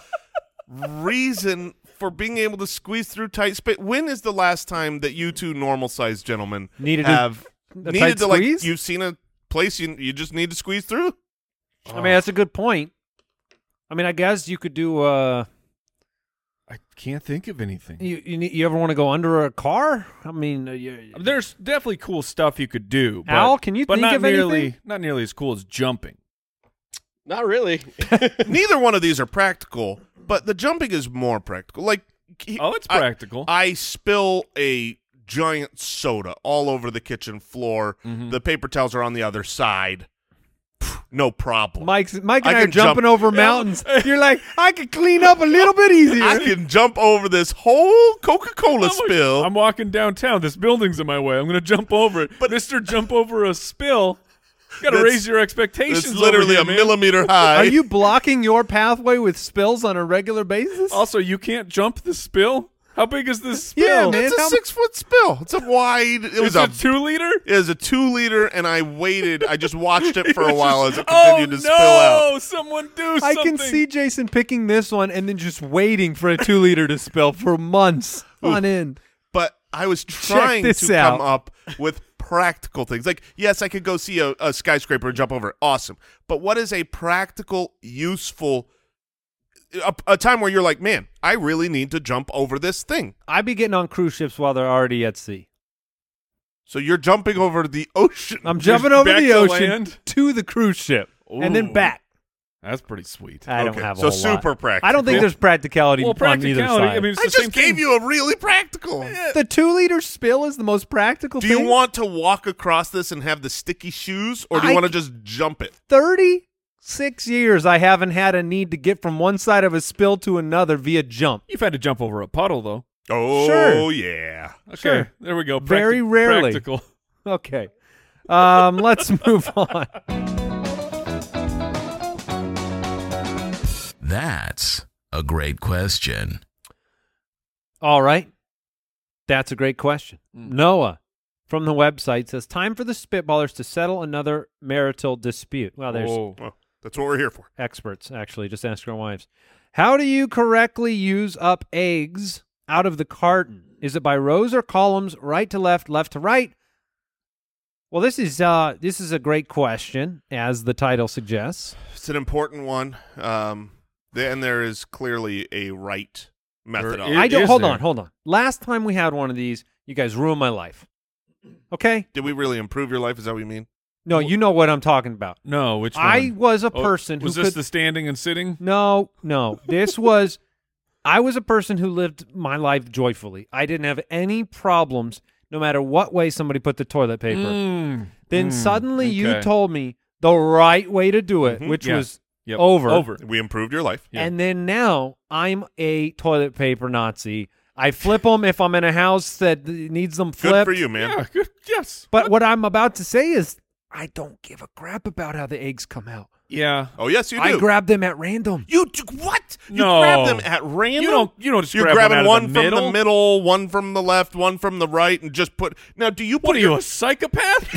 [SPEAKER 1] reason for being able to squeeze through tight space. When is the last time that you two normal sized gentlemen
[SPEAKER 4] Needed to-
[SPEAKER 1] have
[SPEAKER 4] a
[SPEAKER 1] needed
[SPEAKER 4] tight
[SPEAKER 1] to
[SPEAKER 4] squeeze?
[SPEAKER 1] like you've seen a place you you just need to squeeze through?
[SPEAKER 4] I mean, that's a good point. I mean, I guess you could do. Uh,
[SPEAKER 3] I can't think of anything.
[SPEAKER 4] you you, ne- you ever want to go under a car? I mean, uh, you,
[SPEAKER 3] There's definitely cool stuff you could do. But,
[SPEAKER 4] Al, can you
[SPEAKER 3] but
[SPEAKER 4] think
[SPEAKER 3] not
[SPEAKER 4] of
[SPEAKER 3] nearly
[SPEAKER 4] anything?
[SPEAKER 3] not nearly as cool as jumping.
[SPEAKER 5] Not really.
[SPEAKER 1] Neither one of these are practical, but the jumping is more practical. Like he-
[SPEAKER 3] Oh, it's
[SPEAKER 1] I-
[SPEAKER 3] practical.
[SPEAKER 1] I spill a giant soda all over the kitchen floor. The paper towels are on the other side. Pff, No problem.
[SPEAKER 4] Mike's Mike and
[SPEAKER 1] I
[SPEAKER 4] I, are
[SPEAKER 1] can jump-
[SPEAKER 4] jumping over mountains. You're like, I could clean up a little bit easier.
[SPEAKER 1] I can jump over this whole Coca Cola
[SPEAKER 3] I'm like,
[SPEAKER 1] spill.
[SPEAKER 3] I'm walking downtown. This building's in my way. I'm going to jump over it. But Mister, jump over a spill. Got to
[SPEAKER 1] That's-
[SPEAKER 3] raise your expectations.
[SPEAKER 1] it's literally
[SPEAKER 3] over here,
[SPEAKER 1] a
[SPEAKER 3] man.
[SPEAKER 1] millimeter high.
[SPEAKER 4] are you blocking your pathway with spills on a regular basis?
[SPEAKER 3] Also, you can't jump the spill. How big is this spill?
[SPEAKER 4] Yeah, man.
[SPEAKER 1] It's a
[SPEAKER 4] how-
[SPEAKER 1] six foot spill. It's a wide. It was
[SPEAKER 3] Is
[SPEAKER 1] a.
[SPEAKER 3] it two liter?
[SPEAKER 1] it was a two liter, and I waited. I just watched it for a while as it
[SPEAKER 3] Oh
[SPEAKER 1] continued
[SPEAKER 3] no!
[SPEAKER 1] to spill out.
[SPEAKER 3] Someone do
[SPEAKER 4] I
[SPEAKER 3] something.
[SPEAKER 4] can see Jason picking this one and then just waiting for a two liter to spill for months on end.
[SPEAKER 1] But I was trying to
[SPEAKER 4] this
[SPEAKER 1] come
[SPEAKER 4] out.
[SPEAKER 1] up with practical things. Like, yes, I could go see a, a skyscraper and jump over it. Awesome. But what is a practical, useful, a, a time where you're like, man, I really need to jump over this thing.
[SPEAKER 4] I'd be getting on cruise ships while they're already at sea.
[SPEAKER 1] So you're jumping over the ocean.
[SPEAKER 4] I'm jumping over
[SPEAKER 3] back
[SPEAKER 4] the
[SPEAKER 3] to
[SPEAKER 4] ocean
[SPEAKER 3] land?
[SPEAKER 4] to the cruise ship and
[SPEAKER 3] Ooh.
[SPEAKER 4] then back.
[SPEAKER 3] That's pretty sweet.
[SPEAKER 4] I don't
[SPEAKER 1] Okay,
[SPEAKER 4] have a
[SPEAKER 1] so
[SPEAKER 4] whole lot.
[SPEAKER 1] super practical.
[SPEAKER 4] I don't think there's practicality
[SPEAKER 3] well, practicality.
[SPEAKER 4] on either side.
[SPEAKER 3] I mean, it's
[SPEAKER 1] I
[SPEAKER 3] the
[SPEAKER 1] just
[SPEAKER 3] same
[SPEAKER 1] gave
[SPEAKER 3] thing.
[SPEAKER 1] you a really practical.
[SPEAKER 4] the two liter spill is the most practical
[SPEAKER 1] Do
[SPEAKER 4] thing.
[SPEAKER 1] you want to walk across this and have the sticky shoes, or do you
[SPEAKER 4] I-
[SPEAKER 1] want to just jump it?
[SPEAKER 4] 36 years I haven't had a need to get from one side of a spill to another via jump.
[SPEAKER 3] You've had to jump over a puddle though.
[SPEAKER 1] Oh
[SPEAKER 4] Sure.
[SPEAKER 1] yeah.
[SPEAKER 3] Okay,
[SPEAKER 4] Sure.
[SPEAKER 3] there we go. Practic-
[SPEAKER 4] Very rarely.
[SPEAKER 3] practical.
[SPEAKER 4] Okay. Um, let's move on.
[SPEAKER 2] That's a great question.
[SPEAKER 4] All right. That's a great question.
[SPEAKER 3] Mm.
[SPEAKER 4] Noah from the website says time for the Spitballers to settle another marital dispute.
[SPEAKER 1] Oh,
[SPEAKER 4] Well, there's
[SPEAKER 3] Whoa.
[SPEAKER 1] Well, that's what we're here for.
[SPEAKER 4] experts actually just ask our wives how do you correctly use up eggs out of the carton is it by rows or columns right to left left to right well this is uh this is a great question as the title suggests
[SPEAKER 1] It's an important one. Um, and there is clearly a right methodology.
[SPEAKER 3] It
[SPEAKER 4] i don't
[SPEAKER 3] is
[SPEAKER 4] hold
[SPEAKER 3] there.
[SPEAKER 4] on hold on last time we had one of these you guys ruined my life okay
[SPEAKER 1] Did we really improve your life? Is that what you mean?
[SPEAKER 4] no you know what i'm talking about
[SPEAKER 3] No, which
[SPEAKER 4] i
[SPEAKER 3] one?
[SPEAKER 4] was a
[SPEAKER 3] Oh,
[SPEAKER 4] person
[SPEAKER 3] was
[SPEAKER 4] who
[SPEAKER 3] this
[SPEAKER 4] could
[SPEAKER 3] the standing and sitting?
[SPEAKER 4] No, no. This was I was a person who lived my life joyfully. I didn't have any problems no matter what way somebody put the toilet paper.
[SPEAKER 3] Mm.
[SPEAKER 4] Then
[SPEAKER 3] Mm.
[SPEAKER 4] suddenly you
[SPEAKER 3] Okay.
[SPEAKER 4] told me the right way to do it,
[SPEAKER 1] Mhm.
[SPEAKER 4] which
[SPEAKER 3] Yeah.
[SPEAKER 4] was
[SPEAKER 3] Yep.
[SPEAKER 4] over.
[SPEAKER 3] Over.
[SPEAKER 1] We improved your life.
[SPEAKER 3] Yeah.
[SPEAKER 4] and then now I'm a toilet paper Nazi. I flip them if I'm in a house that needs them
[SPEAKER 1] Good
[SPEAKER 4] flipped.
[SPEAKER 1] for you, man.
[SPEAKER 3] Yeah. Good. Yes.
[SPEAKER 4] But what I'm about to say is I don't give a crap about how the eggs come out.
[SPEAKER 3] Yeah.
[SPEAKER 1] Oh yes, you do.
[SPEAKER 4] I grab them at random.
[SPEAKER 1] you do, what? You
[SPEAKER 3] No.
[SPEAKER 1] grab them at random.
[SPEAKER 3] You don't. You don't just
[SPEAKER 1] You're
[SPEAKER 3] grab
[SPEAKER 1] grabbing
[SPEAKER 3] one, out
[SPEAKER 1] one
[SPEAKER 3] of
[SPEAKER 1] from
[SPEAKER 3] the middle.
[SPEAKER 1] the middle, one from the left, one from the right, and just put. Now, do you put
[SPEAKER 3] What are you,
[SPEAKER 1] your-
[SPEAKER 3] a psychopath?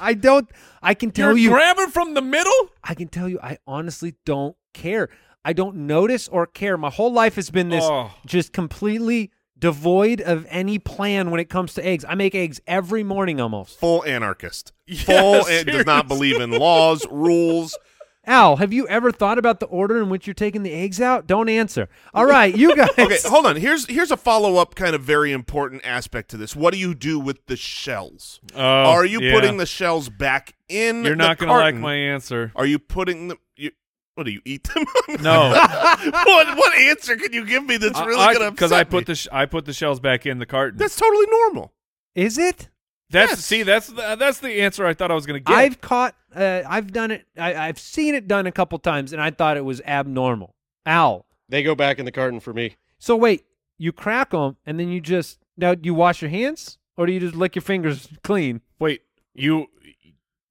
[SPEAKER 4] I don't. I can tell
[SPEAKER 3] You're
[SPEAKER 4] you.
[SPEAKER 3] grabbing from the middle?
[SPEAKER 4] I can tell you. I honestly don't care. I don't notice or care. My whole life has been this
[SPEAKER 3] Oh.
[SPEAKER 4] just completely devoid of any plan when it comes to eggs. I make eggs every morning almost.
[SPEAKER 1] full anarchist?
[SPEAKER 3] Yeah,
[SPEAKER 1] full and does
[SPEAKER 3] seriously.
[SPEAKER 1] not believe in laws, rules.
[SPEAKER 4] Al, have you ever thought about the order in which you're taking the eggs out? Don't answer. All right, you guys.
[SPEAKER 1] Okay, hold on. Here's here's a follow up kind of very important aspect to this. What do you do with the shells?
[SPEAKER 3] Oh,
[SPEAKER 1] Are you
[SPEAKER 3] yeah.
[SPEAKER 1] putting the shells back in?
[SPEAKER 3] You're not
[SPEAKER 1] going
[SPEAKER 3] gonna
[SPEAKER 1] to
[SPEAKER 3] like my answer.
[SPEAKER 1] Are you putting them? You, what do you eat them?
[SPEAKER 3] No,
[SPEAKER 1] what what answer can you give me that's really
[SPEAKER 3] I- I-
[SPEAKER 1] going to?
[SPEAKER 3] I put the sh- I put the shells back in the carton.
[SPEAKER 1] That's totally normal.
[SPEAKER 4] Is it?
[SPEAKER 3] That's
[SPEAKER 1] Yes.
[SPEAKER 3] see, that's the, that's the answer I thought I was gonna get.
[SPEAKER 4] I've caught. Uh, I've done it. I, I've seen it done a couple times, and I thought it was abnormal. Al,
[SPEAKER 5] They go back in the carton for me.
[SPEAKER 4] So wait, you crack them and then you just now do you wash your hands or do you just lick your fingers clean?
[SPEAKER 3] Wait, you.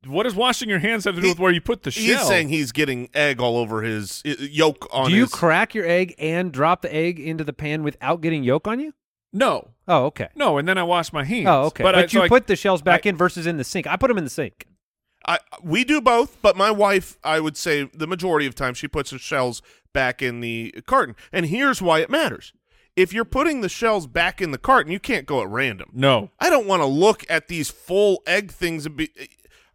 [SPEAKER 3] What does washing your hands have to do
[SPEAKER 1] He-
[SPEAKER 3] with where you put the shell?
[SPEAKER 1] He's saying he's getting egg all over his uh, yolk on
[SPEAKER 4] do you
[SPEAKER 1] his.
[SPEAKER 4] crack your egg and drop the egg into the pan without getting yolk on you?
[SPEAKER 3] no,
[SPEAKER 4] Oh, okay.
[SPEAKER 3] no, and then I wash my hands.
[SPEAKER 4] Oh, okay. But,
[SPEAKER 3] I,
[SPEAKER 4] you
[SPEAKER 3] so I-
[SPEAKER 4] put the shells back
[SPEAKER 3] I-
[SPEAKER 4] in versus in the sink. I put them in the sink.
[SPEAKER 1] I, we do both, but my wife, I would say, the majority of time she puts her shells back in the carton. And here's why it matters: if you're putting the shells back in the carton, you can't go at random.
[SPEAKER 3] no.
[SPEAKER 1] I don't want to look at these full egg things and be.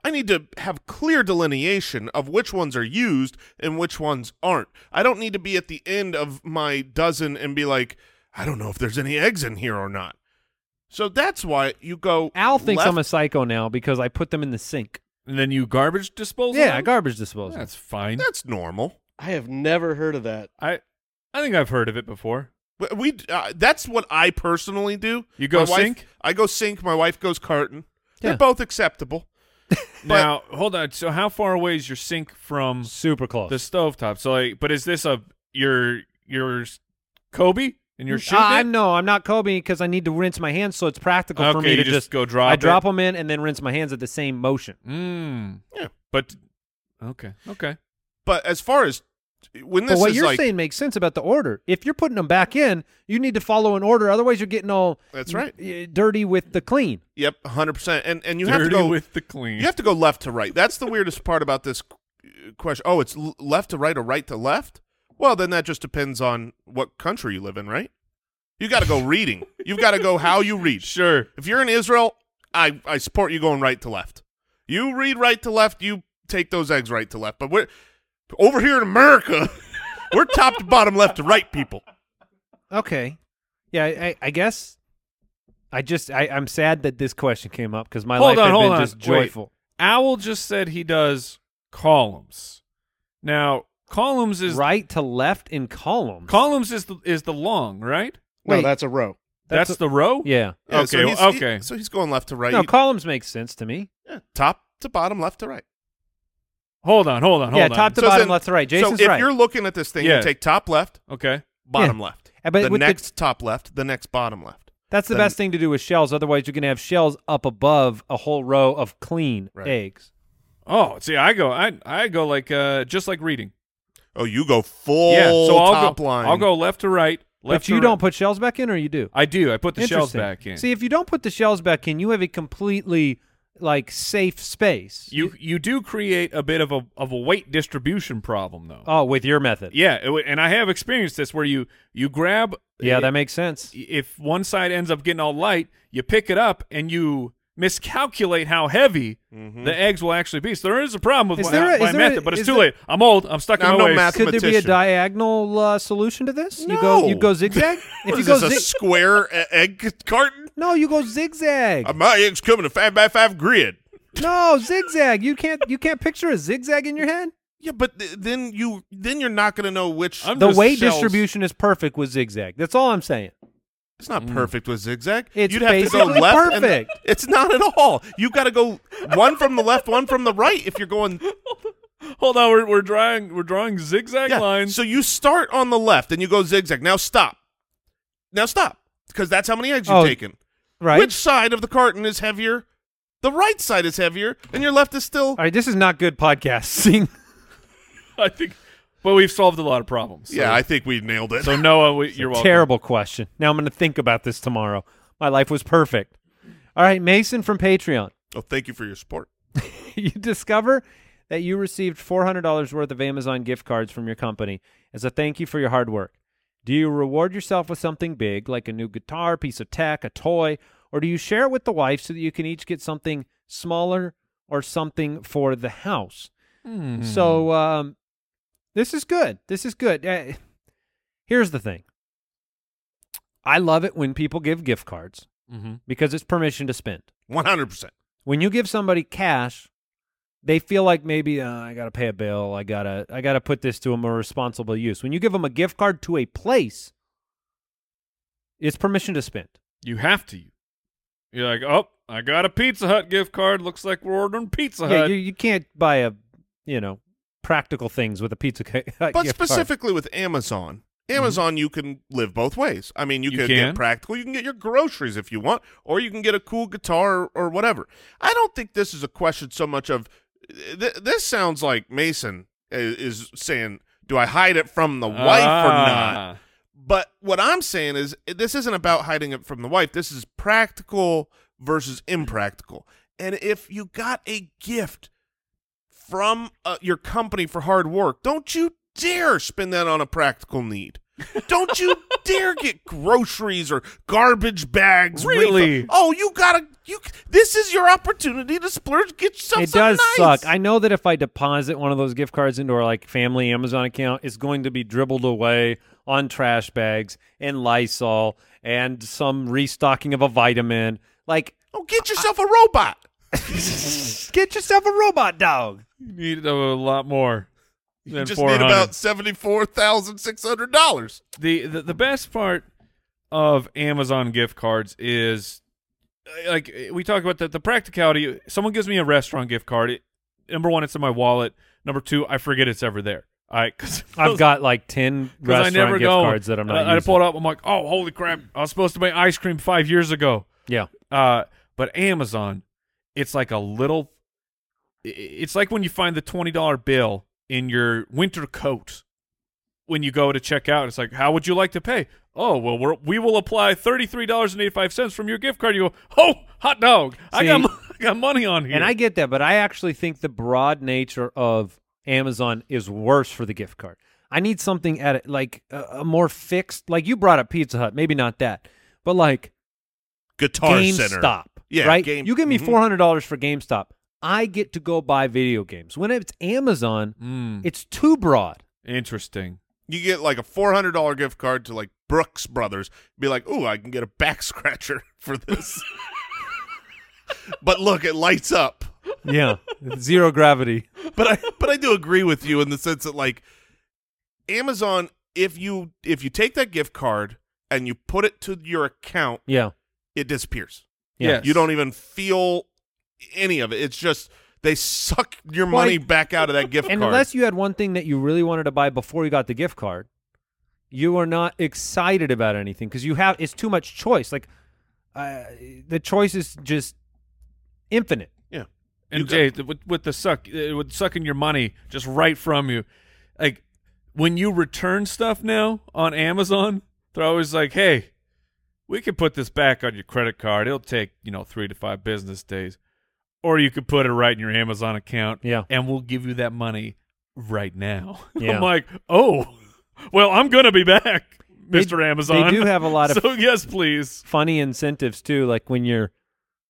[SPEAKER 1] I need to have clear delineation of which ones are used and which ones aren't. I don't need to be at the end of my dozen and be like, I don't know if there's any eggs in here or not. So that's why you go.
[SPEAKER 4] Al thinks
[SPEAKER 1] left.
[SPEAKER 4] I'm a psycho now because I put them in the sink.
[SPEAKER 3] And then you garbage disposal.
[SPEAKER 4] Yeah,
[SPEAKER 3] them?
[SPEAKER 4] garbage disposal.
[SPEAKER 3] That's fine.
[SPEAKER 1] That's normal.
[SPEAKER 5] I have never heard of that.
[SPEAKER 3] I I think I've heard of it before.
[SPEAKER 1] We- We uh, that's what I personally do.
[SPEAKER 3] You go
[SPEAKER 1] My wife-
[SPEAKER 3] sink?
[SPEAKER 1] I go sink. My wife goes carton.
[SPEAKER 4] Yeah.
[SPEAKER 1] They're both acceptable. But-
[SPEAKER 3] now, hold on. So how far away is your sink from
[SPEAKER 4] Super close.
[SPEAKER 3] the stovetop? So like, but is this a your your Kobe and your shooting?
[SPEAKER 4] Uh, I'm no, I'm not Kobe because I need to rinse my hands, so it's practical for
[SPEAKER 3] Okay,
[SPEAKER 4] me
[SPEAKER 3] you
[SPEAKER 4] to
[SPEAKER 3] just go drop
[SPEAKER 4] I
[SPEAKER 3] it.
[SPEAKER 4] drop them in and then rinse my hands at the same motion.
[SPEAKER 3] Mm.
[SPEAKER 1] Yeah.
[SPEAKER 3] But okay, okay.
[SPEAKER 1] But as far as when this
[SPEAKER 4] But what
[SPEAKER 1] is
[SPEAKER 4] you're
[SPEAKER 1] like,
[SPEAKER 4] saying makes sense about the order. If you're putting them back in, you need to follow an order. Otherwise, you're getting all
[SPEAKER 1] That's right.
[SPEAKER 4] y- dirty with the clean.
[SPEAKER 1] yep, hundred percent. And and you
[SPEAKER 3] Dirty
[SPEAKER 1] have to go
[SPEAKER 3] with the clean.
[SPEAKER 1] You have to go left to right. That's the weirdest part about this uh, question. Oh, it's l- left to right or right to left? Well, then that just depends on what country you live in, right? You got to go reading. You've got to go how you read.
[SPEAKER 3] sure.
[SPEAKER 1] If you're in Israel, I, I support you going right to left. You read right to left, you take those eggs right to left. But we're over here in America, we're top to bottom, left to right people.
[SPEAKER 4] Okay. Yeah, I, I, I guess. I just I, I'm sad that this question came up because my
[SPEAKER 3] Hold
[SPEAKER 4] life
[SPEAKER 3] on,
[SPEAKER 4] had
[SPEAKER 3] hold
[SPEAKER 4] been
[SPEAKER 3] on.
[SPEAKER 4] just
[SPEAKER 3] Wait.
[SPEAKER 4] joyful.
[SPEAKER 3] Owl just said he does columns. Now columns is
[SPEAKER 4] right to left in column.
[SPEAKER 3] columns is the, is the long right?
[SPEAKER 5] No,
[SPEAKER 4] Wait.
[SPEAKER 5] that's a row.
[SPEAKER 3] That's,
[SPEAKER 4] That's
[SPEAKER 3] the row.
[SPEAKER 4] yeah.
[SPEAKER 1] Yeah,
[SPEAKER 3] Okay,
[SPEAKER 1] so he's,
[SPEAKER 3] well,
[SPEAKER 1] he-
[SPEAKER 3] okay.
[SPEAKER 1] so he's going left to right.
[SPEAKER 4] No,
[SPEAKER 1] You-
[SPEAKER 4] columns makes sense to me.
[SPEAKER 1] yeah, top to bottom, left to right.
[SPEAKER 3] Hold on, hold on, hold
[SPEAKER 4] Yeah,
[SPEAKER 3] on.
[SPEAKER 4] top to bottom, left to right.
[SPEAKER 1] so
[SPEAKER 4] Jason's
[SPEAKER 1] if
[SPEAKER 4] right.
[SPEAKER 1] you're looking at this thing,
[SPEAKER 3] Yeah.
[SPEAKER 1] you take top left,
[SPEAKER 3] okay.
[SPEAKER 1] bottom
[SPEAKER 4] Yeah.
[SPEAKER 1] left.
[SPEAKER 4] Uh, but
[SPEAKER 1] the
[SPEAKER 4] with the-
[SPEAKER 1] next top left, the next bottom left.
[SPEAKER 4] That's the
[SPEAKER 1] then-
[SPEAKER 4] best thing to do with shells. Otherwise, you're gonna have shells up above a whole row of clean
[SPEAKER 1] Right.
[SPEAKER 4] eggs.
[SPEAKER 3] Oh, see, I go, I I go like uh just like reading.
[SPEAKER 1] Oh, you go full
[SPEAKER 3] yeah, so I'll
[SPEAKER 1] top
[SPEAKER 3] go,
[SPEAKER 1] line.
[SPEAKER 3] I'll go left to right. Left
[SPEAKER 4] but you
[SPEAKER 3] to
[SPEAKER 4] don't
[SPEAKER 3] right.
[SPEAKER 4] put shells back in, or you do?
[SPEAKER 3] I do. I put the shells
[SPEAKER 4] Interesting.
[SPEAKER 3] back in.
[SPEAKER 4] See, if you don't put the shells back in, you have a completely like safe space.
[SPEAKER 3] you you do create a bit of a of a weight distribution problem though.
[SPEAKER 4] oh, with your method.
[SPEAKER 3] Yeah, it w- and I have experienced this where you you grab
[SPEAKER 4] Yeah, that makes sense.
[SPEAKER 3] if one side ends up getting all light, you pick it up and you miscalculate how heavy
[SPEAKER 1] Mm-hmm.
[SPEAKER 3] the eggs will actually be. So there is a problem with
[SPEAKER 4] Is
[SPEAKER 3] my,
[SPEAKER 4] there a-
[SPEAKER 3] my
[SPEAKER 4] is there a-
[SPEAKER 3] method, but it's
[SPEAKER 4] is
[SPEAKER 3] too
[SPEAKER 4] there-
[SPEAKER 3] late. I'm old. I'm stuck
[SPEAKER 1] I'm
[SPEAKER 3] in
[SPEAKER 1] no
[SPEAKER 3] my ways.
[SPEAKER 1] math-
[SPEAKER 4] Could there be a
[SPEAKER 1] mathematician.
[SPEAKER 4] diagonal uh, solution to this? You go you
[SPEAKER 1] No.
[SPEAKER 4] go
[SPEAKER 1] What
[SPEAKER 4] zigzag? if you
[SPEAKER 1] is
[SPEAKER 4] go
[SPEAKER 1] this, a
[SPEAKER 4] zig-
[SPEAKER 1] square e- egg carton?
[SPEAKER 4] No, you go zigzag.
[SPEAKER 1] Uh, my eggs come in a five by five grid.
[SPEAKER 4] no, zigzag. You can't you can't picture a zigzag in your head?
[SPEAKER 1] Yeah, but th- then you then you're not going to know which.
[SPEAKER 3] I'm
[SPEAKER 4] The
[SPEAKER 3] just
[SPEAKER 4] weight
[SPEAKER 3] shells.
[SPEAKER 4] distribution is perfect with zigzag. That's all I'm saying.
[SPEAKER 1] it's not perfect with zigzag.
[SPEAKER 4] It's
[SPEAKER 1] You'd have to go
[SPEAKER 4] basically
[SPEAKER 1] left. and-
[SPEAKER 4] perfect.
[SPEAKER 1] it's not at all. You got to go one from the left, one from the right. If you're going,
[SPEAKER 3] Hold on, we're, we're drawing we're drawing zigzag
[SPEAKER 1] yeah.
[SPEAKER 3] lines.
[SPEAKER 1] So you start on the left and you go zigzag. Now stop. Now stop because that's how many eggs you've
[SPEAKER 4] Oh,
[SPEAKER 1] taken.
[SPEAKER 4] Right?
[SPEAKER 1] Which side of the carton is heavier? The right side is heavier, and your left is still.
[SPEAKER 4] All right, this is not good podcasting.
[SPEAKER 3] I think, but we've solved a lot of problems. So-
[SPEAKER 1] yeah, I think we nailed it.
[SPEAKER 3] so Noah, we, you're welcome.
[SPEAKER 4] Terrible question. Now I'm going to think about this tomorrow. My life was perfect. All right, Mason from Patreon.
[SPEAKER 1] oh, thank you for your support.
[SPEAKER 4] you discover that you received $400 worth of Amazon gift cards from your company as a thank you for your hard work. Do you reward yourself with something big, like a new guitar, piece of tech, a toy, or do you share it with the wife so that you can each get something smaller or something for the house? So um, this is good. This is good. Uh, here's the thing I love it when people give gift cards
[SPEAKER 3] Mm-hmm.
[SPEAKER 4] because it's permission to spend
[SPEAKER 1] One hundred percent.
[SPEAKER 4] when you give somebody cash they feel like maybe uh, i gotta pay a bill i gotta i gotta put this to a more responsible use when you give them a gift card to a place it's permission to spend
[SPEAKER 3] You have to. You're like, oh, I got a Pizza Hut gift card. Looks like we're ordering Pizza
[SPEAKER 1] Uh-huh.
[SPEAKER 4] yeah,
[SPEAKER 3] Hut.
[SPEAKER 4] you, you can't buy a you know practical things with a pizza ca- gift
[SPEAKER 1] But
[SPEAKER 4] card.
[SPEAKER 1] specifically with Amazon, Amazon, you can live both ways. I mean, you,
[SPEAKER 3] Mm-hmm. You
[SPEAKER 1] can,
[SPEAKER 3] can.
[SPEAKER 1] get practical. You can get your groceries if you want, or you can get a cool guitar or, or whatever. I don't think this is a question so much of. Th- this sounds like Mason i- is, is saying, "Do I hide it from the wife or not?"
[SPEAKER 3] Ah.
[SPEAKER 1] But what I'm saying is, i- this isn't about hiding it from the wife. This is practical versus
[SPEAKER 4] Mm-hmm.
[SPEAKER 1] impractical. And if you got a gift from uh, your company for hard work, don't you dare spend that on a practical need. Don't you dare get groceries or garbage bags.
[SPEAKER 3] Really?
[SPEAKER 1] refill- Oh, you gotta. You. This is your opportunity to splurge. Get yourself.
[SPEAKER 4] it
[SPEAKER 1] something
[SPEAKER 4] does
[SPEAKER 1] nice.
[SPEAKER 4] suck i know that if i deposit one of those gift cards into our like family amazon account it's going to be dribbled away on trash bags and lysol and some restocking of a vitamin like
[SPEAKER 1] Oh, get yourself a robot.
[SPEAKER 4] Get yourself a robot dog.
[SPEAKER 3] You need a lot more.
[SPEAKER 1] You
[SPEAKER 3] than
[SPEAKER 1] just
[SPEAKER 3] 400.
[SPEAKER 1] need about seventy-four thousand six hundred dollars.
[SPEAKER 3] the, the the best part of Amazon gift cards is uh, like we talk about the, the practicality. Someone gives me a restaurant gift card. It, number one, it's in my wallet. Number two, I forget it's ever there. I cause
[SPEAKER 4] I've got like ten
[SPEAKER 3] because I
[SPEAKER 4] restaurant
[SPEAKER 3] never
[SPEAKER 4] gift
[SPEAKER 3] go.
[SPEAKER 4] cards that I'm not.
[SPEAKER 3] I, I
[SPEAKER 4] using.
[SPEAKER 3] pull it up. I'm like, oh, holy crap! I was supposed to buy ice cream five years ago.
[SPEAKER 4] Yeah,
[SPEAKER 3] Uh, but Amazon, it's like a little. i- It's like when you find the twenty dollar bill in your winter coat when you go to check out. It's like, how would you like to pay? Oh well, we're, we will apply thirty three dollars and eighty five cents from your gift card. You go, oh, hot dog! I got
[SPEAKER 4] See-
[SPEAKER 3] mo- I got money on here.
[SPEAKER 4] and I get that, but I actually think the broad nature of Amazon is worse for the gift card. I need something at it like a, a more fixed. Like you brought up Pizza Hut, maybe not that, but like
[SPEAKER 1] Guitar Center.
[SPEAKER 4] GameStop.
[SPEAKER 1] Yeah,
[SPEAKER 4] right.
[SPEAKER 1] Game-
[SPEAKER 4] you give me
[SPEAKER 1] mhm.
[SPEAKER 4] four hundred dollars for GameStop. I get to go buy video games. When it's Amazon,
[SPEAKER 3] Mm,
[SPEAKER 4] it's too broad.
[SPEAKER 3] interesting.
[SPEAKER 1] you get like a four hundred dollar gift card to like Brooks Brothers. Be like, ooh, I can get a back scratcher for this. but look, it lights up.
[SPEAKER 4] Yeah, zero gravity.
[SPEAKER 1] But I but I do agree with you in the sense that like Amazon, if you if you take that gift card and you put it to your account,
[SPEAKER 4] Yeah,
[SPEAKER 1] it disappears.
[SPEAKER 4] Yeah.
[SPEAKER 3] Yes.
[SPEAKER 1] You don't even feel any of it. It's just they suck your
[SPEAKER 4] Well,
[SPEAKER 1] money
[SPEAKER 4] I-
[SPEAKER 1] back out of that gift
[SPEAKER 4] And
[SPEAKER 1] card.
[SPEAKER 4] unless you had one thing that you really wanted to buy before you got the gift card, you are not excited about anything because you have it's too much choice. Like uh, the choice is just infinite.
[SPEAKER 1] yeah.
[SPEAKER 3] And
[SPEAKER 1] You got-
[SPEAKER 3] Jay, th- with, with the suck, uh, with sucking your money just right from you, like when you return stuff now on Amazon, they're always like, "Hey, we can put this back on your credit card. It'll take you know three to five business days, or you could put it right in your Amazon account.
[SPEAKER 4] Yeah.
[SPEAKER 3] and we'll give you that money right now."
[SPEAKER 4] Yeah.
[SPEAKER 3] I'm like, "Oh, well, I'm gonna be back, Mister Amazon."
[SPEAKER 4] They do have a lot of
[SPEAKER 3] so yes, please.
[SPEAKER 4] funny incentives too. Like when you're,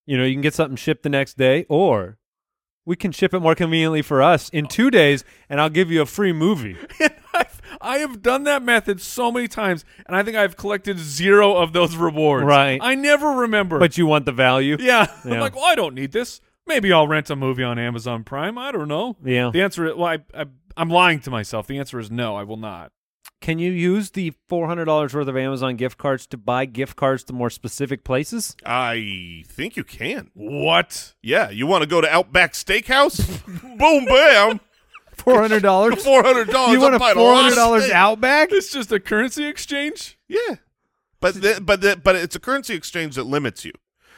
[SPEAKER 4] you know, you can get something shipped the next day, or we can ship it more conveniently for us in two days, and I'll give you a free movie.
[SPEAKER 3] I've, I have done that method so many times, and I think I've collected zero of those rewards.
[SPEAKER 4] Right.
[SPEAKER 3] I never remember.
[SPEAKER 4] But you want the value?
[SPEAKER 3] yeah, I'm
[SPEAKER 4] Yeah.
[SPEAKER 3] like, well, I don't need this. Maybe I'll rent a movie on Amazon Prime. I don't know.
[SPEAKER 4] Yeah.
[SPEAKER 3] The answer is, well, I, I, I'm lying to myself. The answer is no, I will not.
[SPEAKER 4] Can you use the four hundred dollars worth of Amazon gift cards to buy gift cards to more specific places?
[SPEAKER 1] I think you can.
[SPEAKER 3] What?
[SPEAKER 1] Yeah, you want to go to Outback Steakhouse? Boom, bam,
[SPEAKER 4] Four hundred dollars.
[SPEAKER 1] four hundred dollars.
[SPEAKER 4] You want a four hundred dollars Outback?
[SPEAKER 3] It's just a currency exchange?
[SPEAKER 1] Yeah, but the, but the, but it's a currency exchange that limits you.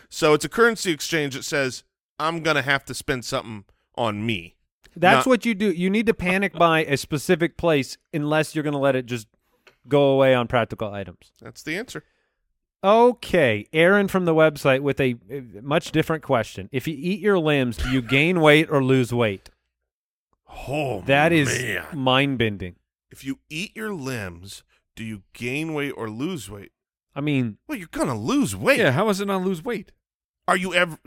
[SPEAKER 1] So it's a currency exchange that says I'm gonna have to spend something on me.
[SPEAKER 4] That's
[SPEAKER 1] Not-
[SPEAKER 4] what you do. You need to panic buy a specific place unless you're going to let it just go away on practical items.
[SPEAKER 1] That's the answer.
[SPEAKER 4] Okay, Aaron from the website with a uh, much different question. If you eat your limbs, do you gain weight or lose weight?
[SPEAKER 1] Oh,
[SPEAKER 4] That is
[SPEAKER 1] man.
[SPEAKER 4] mind bending.
[SPEAKER 1] If you eat your limbs, do you gain weight or lose weight?
[SPEAKER 4] I mean,
[SPEAKER 1] Well, you're gonna lose weight.
[SPEAKER 3] Yeah, how does it not lose weight?
[SPEAKER 1] Are you ever?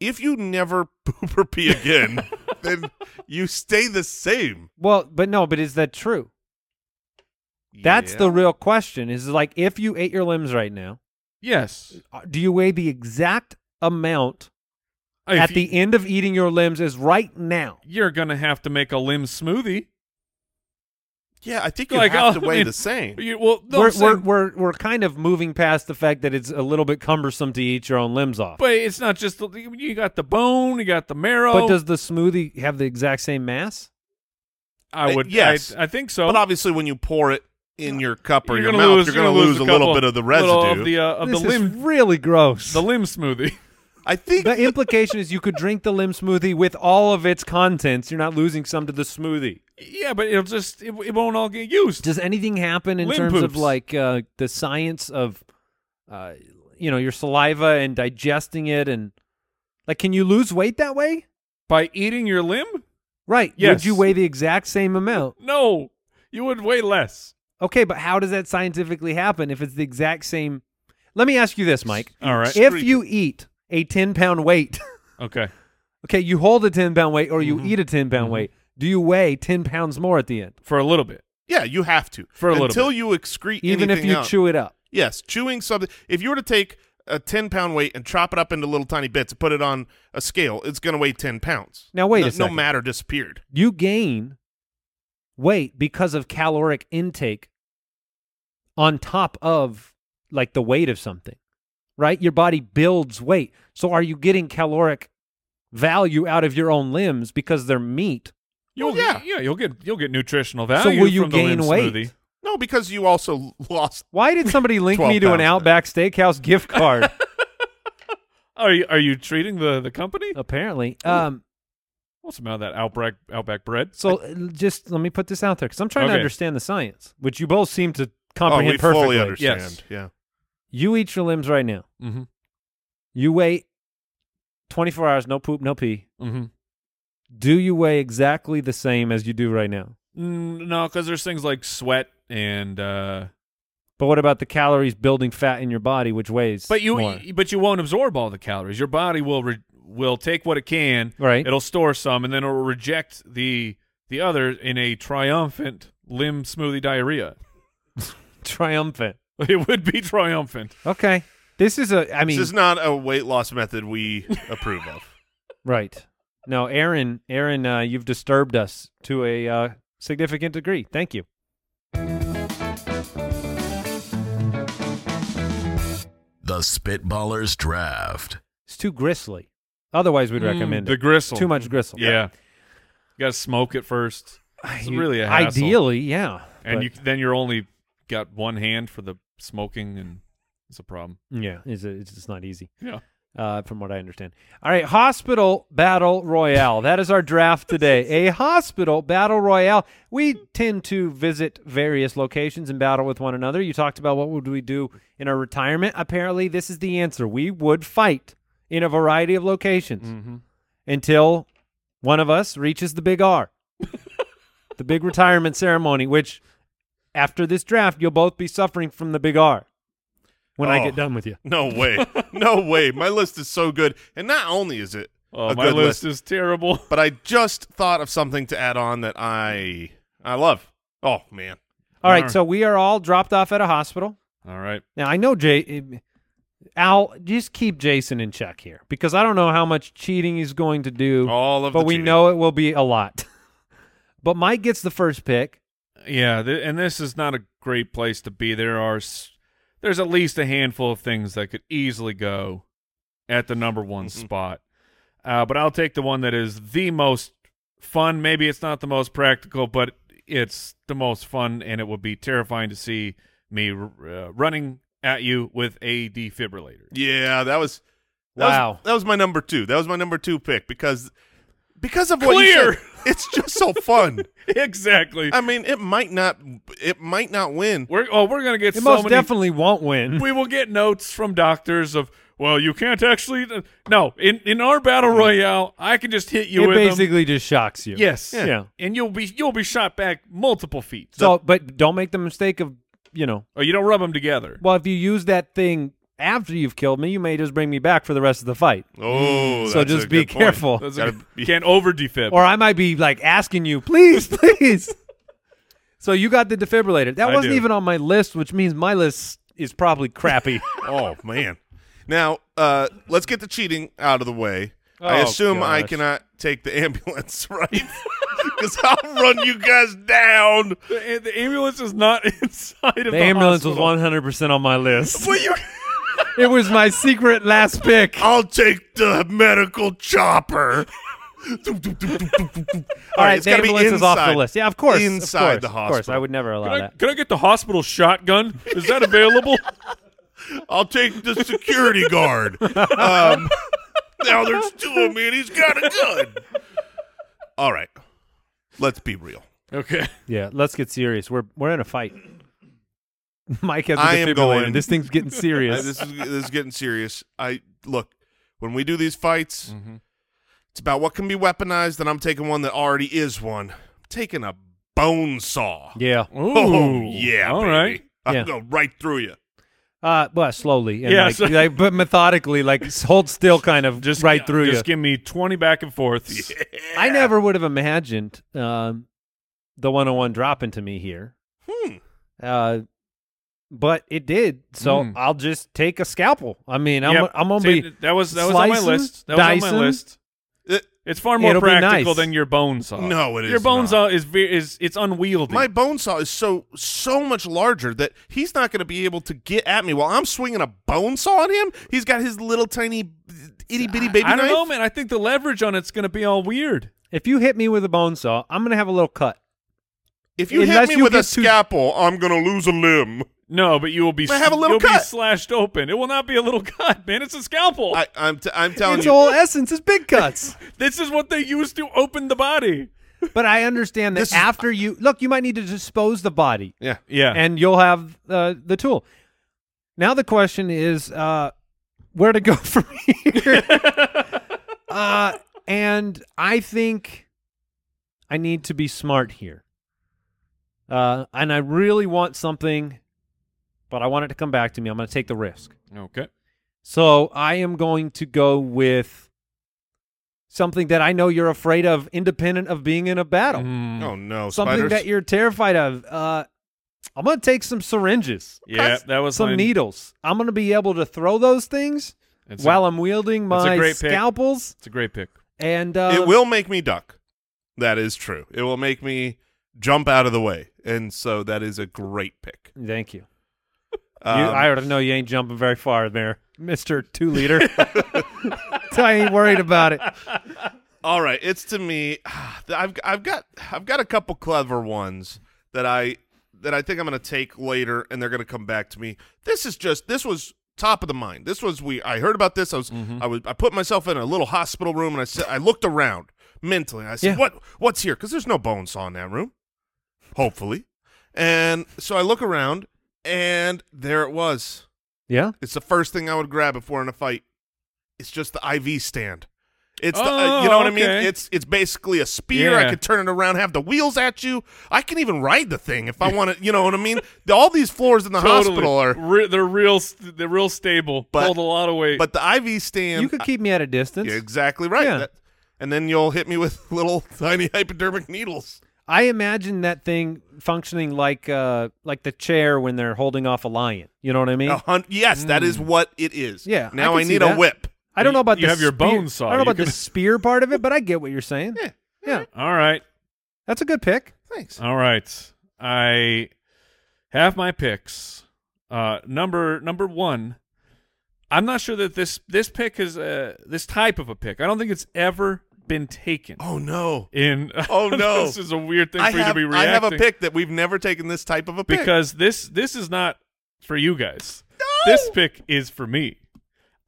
[SPEAKER 1] If you never poop or pee again, then you stay the same.
[SPEAKER 4] well, but no, but is that true? That's the
[SPEAKER 1] Yeah.
[SPEAKER 4] real question. Is like if you ate your limbs right now,
[SPEAKER 3] Yes.
[SPEAKER 4] uh, do you weigh the exact amount
[SPEAKER 3] If
[SPEAKER 4] at
[SPEAKER 3] you-
[SPEAKER 4] the end of eating your limbs is right now?
[SPEAKER 3] you're gonna have to make a limb smoothie.
[SPEAKER 1] yeah. I think you
[SPEAKER 3] Like,
[SPEAKER 1] have
[SPEAKER 3] oh,
[SPEAKER 1] to weigh
[SPEAKER 3] I mean,
[SPEAKER 1] the same.
[SPEAKER 3] You- well, no, I'm
[SPEAKER 4] we're, we're,
[SPEAKER 3] saying-
[SPEAKER 4] we're, we're kind of moving past the fact that it's a little bit cumbersome to eat your own limbs off.
[SPEAKER 3] but it's not just the, you got the bone, you got the marrow.
[SPEAKER 4] But does the smoothie have the exact same mass?
[SPEAKER 3] I
[SPEAKER 1] Uh,
[SPEAKER 3] would?
[SPEAKER 1] yes.
[SPEAKER 3] I, I think so.
[SPEAKER 1] But obviously, when you pour it in your cup or
[SPEAKER 3] you're
[SPEAKER 1] your
[SPEAKER 3] gonna
[SPEAKER 1] mouth,
[SPEAKER 3] lose,
[SPEAKER 1] you're going to
[SPEAKER 3] gonna
[SPEAKER 1] lose a little
[SPEAKER 3] couple-
[SPEAKER 1] bit of the residue.
[SPEAKER 3] little of the uh, of
[SPEAKER 4] this
[SPEAKER 3] the limb,
[SPEAKER 4] is really gross.
[SPEAKER 3] the limb smoothie.
[SPEAKER 1] I think
[SPEAKER 4] the implication is you could drink the limb smoothie with all of its contents. You're not losing some to the smoothie.
[SPEAKER 3] yeah, but it'll just it, it won't all get used.
[SPEAKER 4] Does anything happen in
[SPEAKER 3] Limb
[SPEAKER 4] terms of
[SPEAKER 3] poops.
[SPEAKER 4] like uh, the science of, uh, you know, your saliva and digesting it and like, can you lose weight that way?
[SPEAKER 3] By eating your limb?
[SPEAKER 4] Right. Would
[SPEAKER 3] Yes.
[SPEAKER 4] you weigh the exact same amount?
[SPEAKER 3] No, you would weigh less.
[SPEAKER 4] Okay, but how does that scientifically happen if it's the exact same? Let me ask you this, Mike.
[SPEAKER 3] All right.
[SPEAKER 4] If you eat a 10 pound weight,
[SPEAKER 3] Okay.
[SPEAKER 4] okay, you hold a 10 pound weight or
[SPEAKER 3] Mm-hmm.
[SPEAKER 4] you eat a 10 pound weight, do you weigh 10 pounds more at the end,
[SPEAKER 3] For a little bit.
[SPEAKER 1] yeah, you have to
[SPEAKER 3] For a little
[SPEAKER 1] until
[SPEAKER 3] bit.
[SPEAKER 1] you excrete
[SPEAKER 4] even
[SPEAKER 1] E-,
[SPEAKER 4] if
[SPEAKER 1] anything
[SPEAKER 4] you
[SPEAKER 1] out.
[SPEAKER 4] chew it up?
[SPEAKER 1] Yes, chewing something. If you were to take a ten pound weight and chop it up into little tiny bits and put it on a scale, it's going to weigh ten pounds.
[SPEAKER 4] Now, wait
[SPEAKER 1] no,
[SPEAKER 4] a second.
[SPEAKER 1] No matter disappeared.
[SPEAKER 4] You gain weight because of caloric intake on top of like the weight of something, right? Your body builds weight. So are you getting caloric value out of your own limbs because they're meat?
[SPEAKER 3] You'll,
[SPEAKER 1] Well, yeah.
[SPEAKER 3] yeah, you'll get you'll get nutritional value.
[SPEAKER 4] so will you
[SPEAKER 3] from
[SPEAKER 4] gain
[SPEAKER 3] the limb
[SPEAKER 4] weight?
[SPEAKER 3] Smoothie.
[SPEAKER 1] No, because you also lost.
[SPEAKER 4] Why did somebody link
[SPEAKER 1] 12
[SPEAKER 4] me to an
[SPEAKER 1] pounds.
[SPEAKER 4] Outback Steakhouse gift card?
[SPEAKER 3] Are you are you treating the the company?
[SPEAKER 4] Apparently. Um,
[SPEAKER 3] What's the amount of that outback outback bread?
[SPEAKER 4] so uh, just let me put this out there because I'm trying to
[SPEAKER 3] Okay.
[SPEAKER 4] understand the science, which you both seem to
[SPEAKER 1] Oh,
[SPEAKER 4] comprehend
[SPEAKER 1] we
[SPEAKER 4] perfectly.
[SPEAKER 1] fully understand.
[SPEAKER 3] Yes.
[SPEAKER 1] Yeah.
[SPEAKER 4] You eat your limbs right now.
[SPEAKER 3] Mm-hmm.
[SPEAKER 4] You wait 24 hours, no poop, no pee.
[SPEAKER 3] Mm-hmm.
[SPEAKER 4] Do you weigh exactly the same as you do right now?
[SPEAKER 3] Mm, no, because there's things like sweat and. uh
[SPEAKER 4] But what about the calories building fat in your body, which weighs?
[SPEAKER 3] But you
[SPEAKER 1] e-,
[SPEAKER 4] more?
[SPEAKER 3] but you won't absorb all the calories. Your body will re- will take what it can.
[SPEAKER 4] Right.
[SPEAKER 3] It'll store some and then it'll reject the the other in a triumphant limb smoothie diarrhea.
[SPEAKER 4] triumphant.
[SPEAKER 3] It would be triumphant.
[SPEAKER 4] Okay, this is a. I mean,
[SPEAKER 1] this is not a weight loss method we approve of.
[SPEAKER 4] Right. No, Aaron, Aaron, uh, you've disturbed us to a uh, significant degree. Thank you.
[SPEAKER 2] The Spitballers Draft.
[SPEAKER 4] It's too gristly. Otherwise, we'd recommend
[SPEAKER 3] the
[SPEAKER 4] it.
[SPEAKER 3] gristle.
[SPEAKER 4] Too much gristle.
[SPEAKER 3] Yeah. You got to smoke it first. It's
[SPEAKER 4] You-
[SPEAKER 3] really a hassle.
[SPEAKER 4] ideally, yeah.
[SPEAKER 3] And
[SPEAKER 4] but-
[SPEAKER 3] you then you're only got one hand for the smoking and it's a problem.
[SPEAKER 4] yeah, it's, it's just not easy.
[SPEAKER 3] Yeah.
[SPEAKER 4] uh, from what I understand. All right, hospital battle royale. That is our draft today. A hospital battle royale. We tend to visit various locations and battle with one another. You talked about what would we do in our retirement. Apparently, this is the answer. We would fight in a variety of locations until one of us reaches the big R, the big retirement ceremony. Which, after this draft, you'll both be suffering from the big R when I
[SPEAKER 1] Oh.
[SPEAKER 4] get done with you.
[SPEAKER 1] No way. no way. My list is so good, and not only is it
[SPEAKER 3] Oh,
[SPEAKER 1] a
[SPEAKER 3] my
[SPEAKER 1] good
[SPEAKER 3] list is terrible.
[SPEAKER 1] but I just thought of something to add on that I I love. Oh man.
[SPEAKER 4] All right,
[SPEAKER 3] Alright.
[SPEAKER 4] so we are all dropped off at a hospital.
[SPEAKER 3] All right.
[SPEAKER 4] Now I know Jay, eh, Al, just keep Jason in check here because I don't know how much cheating he's going to do,
[SPEAKER 1] All of
[SPEAKER 4] but
[SPEAKER 1] the
[SPEAKER 4] we
[SPEAKER 1] cheating.
[SPEAKER 4] know it will be a lot. but Mike gets the first pick.
[SPEAKER 3] Yeah, th- and this is not a great place to be. There are s- there's at least a handful of things that could easily go at the number one
[SPEAKER 4] Mm-hmm.
[SPEAKER 3] spot. Uh, but I'll take the one that is the most fun. Maybe it's not the most practical, but it's the most fun, and it would be terrifying to see me r- uh, running at you with a defibrillator.
[SPEAKER 1] Yeah, that was That was-
[SPEAKER 4] Wow.
[SPEAKER 1] that was my number two. That was my number two pick because because of what you
[SPEAKER 3] Clear.
[SPEAKER 1] said, it's just so fun.
[SPEAKER 3] exactly.
[SPEAKER 1] I mean, it might not it might not win.
[SPEAKER 3] We're oh, we're gonna get
[SPEAKER 4] It
[SPEAKER 3] so
[SPEAKER 4] most
[SPEAKER 3] many.
[SPEAKER 4] definitely won't win.
[SPEAKER 3] we will get notes from doctors of well, you can't actually. No, in in our battle royale, I can just hit you
[SPEAKER 4] it
[SPEAKER 3] with them.
[SPEAKER 4] basically just shocks you.
[SPEAKER 3] Yes.
[SPEAKER 1] Yeah.
[SPEAKER 4] Yeah.
[SPEAKER 3] And you'll be you'll be shot back multiple feet.
[SPEAKER 4] So, but don't make the mistake of you know.
[SPEAKER 3] Oh, you don't rub them together.
[SPEAKER 4] Well, if you use that thing after you've killed me, you may just bring me back for the rest of the fight.
[SPEAKER 1] Oh,
[SPEAKER 4] so
[SPEAKER 1] that's a
[SPEAKER 4] just be
[SPEAKER 1] good point.
[SPEAKER 4] careful.
[SPEAKER 3] That's a
[SPEAKER 1] Gotta
[SPEAKER 3] good-
[SPEAKER 1] be-
[SPEAKER 3] can't over defib.
[SPEAKER 4] or I might be like asking you, please, please. so you got the defibrillator. That
[SPEAKER 3] I
[SPEAKER 4] wasn't
[SPEAKER 3] do.
[SPEAKER 4] even on my list, which means my list is probably crappy.
[SPEAKER 1] Oh man. Now, uh, let's get the cheating out of the way. I
[SPEAKER 4] Oh,
[SPEAKER 1] assume I
[SPEAKER 4] gosh.
[SPEAKER 1] cannot take the ambulance, right? Because I'll run you guys down.
[SPEAKER 3] the, the ambulance is not inside of the,
[SPEAKER 4] the ambulance was
[SPEAKER 3] hospital.
[SPEAKER 4] one hundred percent on my list.
[SPEAKER 1] But you,
[SPEAKER 4] it was my secret last pick.
[SPEAKER 1] I'll take the medical chopper. All
[SPEAKER 4] All right,
[SPEAKER 1] it's
[SPEAKER 4] the
[SPEAKER 1] gotta be
[SPEAKER 4] ambulance is off the
[SPEAKER 1] inside.
[SPEAKER 4] list. Yeah, of course, of
[SPEAKER 1] Inside
[SPEAKER 4] course,
[SPEAKER 1] the
[SPEAKER 4] Of course, I
[SPEAKER 1] hospital.
[SPEAKER 4] would never allow
[SPEAKER 3] Can I,
[SPEAKER 4] that.
[SPEAKER 3] can I get the hospital shotgun? Is that available?
[SPEAKER 1] I'll take the security guard. Um, now there's two of me, and he's got a gun. All right, let's be real.
[SPEAKER 3] okay.
[SPEAKER 4] Yeah, let's get serious. We're we're in a fight. Mike has a
[SPEAKER 1] I am
[SPEAKER 4] defibrillator.
[SPEAKER 1] going-
[SPEAKER 4] This thing's getting
[SPEAKER 1] Uh,
[SPEAKER 4] serious.
[SPEAKER 1] this is this is getting serious. I look when we do these fights,
[SPEAKER 4] Mm-hmm.
[SPEAKER 1] it's about what can be weaponized, and I'm taking one that already is one. I'm taking a bone saw.
[SPEAKER 4] yeah.
[SPEAKER 1] Oh yeah,
[SPEAKER 3] All
[SPEAKER 1] baby.
[SPEAKER 3] right.
[SPEAKER 1] I'm
[SPEAKER 4] Yeah.
[SPEAKER 1] going right through you.
[SPEAKER 4] Uh, well, slowly. And
[SPEAKER 3] Yeah,
[SPEAKER 4] like,
[SPEAKER 3] so-
[SPEAKER 4] like- but methodically, like s- hold still, kind of just right through
[SPEAKER 3] Just
[SPEAKER 4] you.
[SPEAKER 3] give me twenty back and forths.
[SPEAKER 4] I never would have imagined um, the 101 dropping to me here,
[SPEAKER 1] Hmm.
[SPEAKER 4] uh, but it did. So
[SPEAKER 3] Mm.
[SPEAKER 4] I'll just take a scalpel. I mean, I'm
[SPEAKER 3] Yep.
[SPEAKER 4] I'm gonna
[SPEAKER 3] See,
[SPEAKER 4] be
[SPEAKER 3] that was that was on my
[SPEAKER 4] slicing,
[SPEAKER 3] list. That was on
[SPEAKER 4] dicing.
[SPEAKER 3] my list.
[SPEAKER 1] It-
[SPEAKER 3] It's far more
[SPEAKER 4] It'll be
[SPEAKER 3] practical
[SPEAKER 4] nice.
[SPEAKER 3] than your bone
[SPEAKER 4] Uh,
[SPEAKER 3] saw.
[SPEAKER 1] Uh, No, it
[SPEAKER 3] Your
[SPEAKER 1] is
[SPEAKER 3] bone
[SPEAKER 1] not.
[SPEAKER 3] saw is ve- is it's unwieldy.
[SPEAKER 1] My bone saw is so so much larger that he's not going to be able to get at me while I'm swinging a bone saw at him. He's got his little tiny itty bitty baby
[SPEAKER 3] I don't
[SPEAKER 1] knife.
[SPEAKER 3] know, man. I think the leverage on it's going to be all weird.
[SPEAKER 4] if you hit me with a bone saw, I'm gonna have a little cut.
[SPEAKER 1] If you
[SPEAKER 4] Unless
[SPEAKER 1] hit me
[SPEAKER 4] you
[SPEAKER 1] with a
[SPEAKER 4] get too-
[SPEAKER 1] scalpel, I'm going to lose a limb.
[SPEAKER 3] No, but you will be
[SPEAKER 1] I have a little
[SPEAKER 3] you'll
[SPEAKER 1] cut.
[SPEAKER 3] be slashed open. It will not be a little cut, man. It's a scalpel.
[SPEAKER 1] I, I'm t- I'm telling
[SPEAKER 4] Its
[SPEAKER 1] you.
[SPEAKER 4] whole essence is big cuts.
[SPEAKER 3] this is what they use to open the body.
[SPEAKER 4] but I understand that
[SPEAKER 1] This is-
[SPEAKER 4] after you look, you might need to dispose the body,
[SPEAKER 1] yeah.
[SPEAKER 3] Yeah.
[SPEAKER 4] and you'll have uh, the tool. Now the question is, uh, where to go from here? uh, and I think I need to be smart here. Uh, and I really want something, but I want it to come back to me. I'm going to take the risk.
[SPEAKER 3] okay.
[SPEAKER 4] So I am going to go with something that I know you're afraid of, independent of being in a battle.
[SPEAKER 3] Mm.
[SPEAKER 1] Oh no.
[SPEAKER 4] Something
[SPEAKER 1] spiders.
[SPEAKER 4] that you're terrified of. Uh, I'm going to take some syringes,
[SPEAKER 3] Yeah, that was
[SPEAKER 4] some
[SPEAKER 3] mine.
[SPEAKER 4] needles. I'm going to be able to throw those things
[SPEAKER 3] It's
[SPEAKER 4] while
[SPEAKER 3] a,
[SPEAKER 4] I'm wielding
[SPEAKER 3] that's a
[SPEAKER 4] my
[SPEAKER 3] great pick.
[SPEAKER 4] scalpels.
[SPEAKER 3] it's a great pick.
[SPEAKER 4] And uh,
[SPEAKER 1] it will make me duck. That is true. It will make me jump out of the way, and so that is a great pick.
[SPEAKER 4] Thank you.
[SPEAKER 1] Um,
[SPEAKER 4] you. I already know you ain't jumping very far there, Mister Two Liter. so I ain't worried about it.
[SPEAKER 1] all right, it's to me. I've I've got I've got a couple clever ones that I that I think I'm going to take later, and they're going to come back to me. This is just this was top of the mind. This was we. I heard about this. I was I was I put myself in a little hospital room, and I said I looked around mentally. And I said,
[SPEAKER 4] Yeah.
[SPEAKER 1] "What what's here?" Because there's no bone saw in that room, hopefully. And so I look around, and there it was.
[SPEAKER 4] Yeah.
[SPEAKER 1] It's the first thing I would grab if we're in a fight. It's just the IV stand. It's the, uh, you know
[SPEAKER 3] Oh,
[SPEAKER 1] what I mean.
[SPEAKER 3] okay.
[SPEAKER 1] It's it's basically a spear. I
[SPEAKER 3] Yeah.
[SPEAKER 1] could turn it around, have the wheels at you. I can even ride the thing if I want to. You know what I mean. The- all these floors in the hospital are,
[SPEAKER 3] Re- they're real. St- they're real stable.
[SPEAKER 1] But-
[SPEAKER 3] Hold a lot of weight.
[SPEAKER 1] but the IV stand.
[SPEAKER 4] you could keep me at a distance.
[SPEAKER 1] You're exactly right.
[SPEAKER 4] Yeah.
[SPEAKER 1] That- and then you'll hit me with little tiny hypodermic needles.
[SPEAKER 4] I imagine that thing functioning like uh like the chair when they're holding off a lion. You know what I mean?
[SPEAKER 1] A
[SPEAKER 3] Oh,
[SPEAKER 1] hun- yes, that is what it is.
[SPEAKER 4] Mm. Yeah, I
[SPEAKER 1] Now
[SPEAKER 4] can
[SPEAKER 1] I,
[SPEAKER 4] see
[SPEAKER 1] need a
[SPEAKER 4] that.
[SPEAKER 1] whip.
[SPEAKER 4] I don't know about
[SPEAKER 3] You
[SPEAKER 4] the
[SPEAKER 3] have your
[SPEAKER 4] spear-
[SPEAKER 3] bone saw.
[SPEAKER 4] I don't know
[SPEAKER 3] You
[SPEAKER 4] about the
[SPEAKER 3] could-
[SPEAKER 4] spear part of it, but I get what you're saying.
[SPEAKER 1] Yeah.
[SPEAKER 4] Yeah.
[SPEAKER 3] all right.
[SPEAKER 4] That's a good pick.
[SPEAKER 1] Thanks.
[SPEAKER 3] All right. I have my picks. Uh, number number one. I'm not sure that this this pick is uh, this type of a pick. I don't think it's ever been taken.
[SPEAKER 1] Oh no.
[SPEAKER 3] In
[SPEAKER 1] Oh, no.
[SPEAKER 3] this is a weird thing
[SPEAKER 1] I
[SPEAKER 3] for
[SPEAKER 1] have,
[SPEAKER 3] you to be
[SPEAKER 1] I
[SPEAKER 3] reacting.
[SPEAKER 1] have a pick that we've never taken this type of a pick.
[SPEAKER 3] because this this is not for you guys. This pick is for me.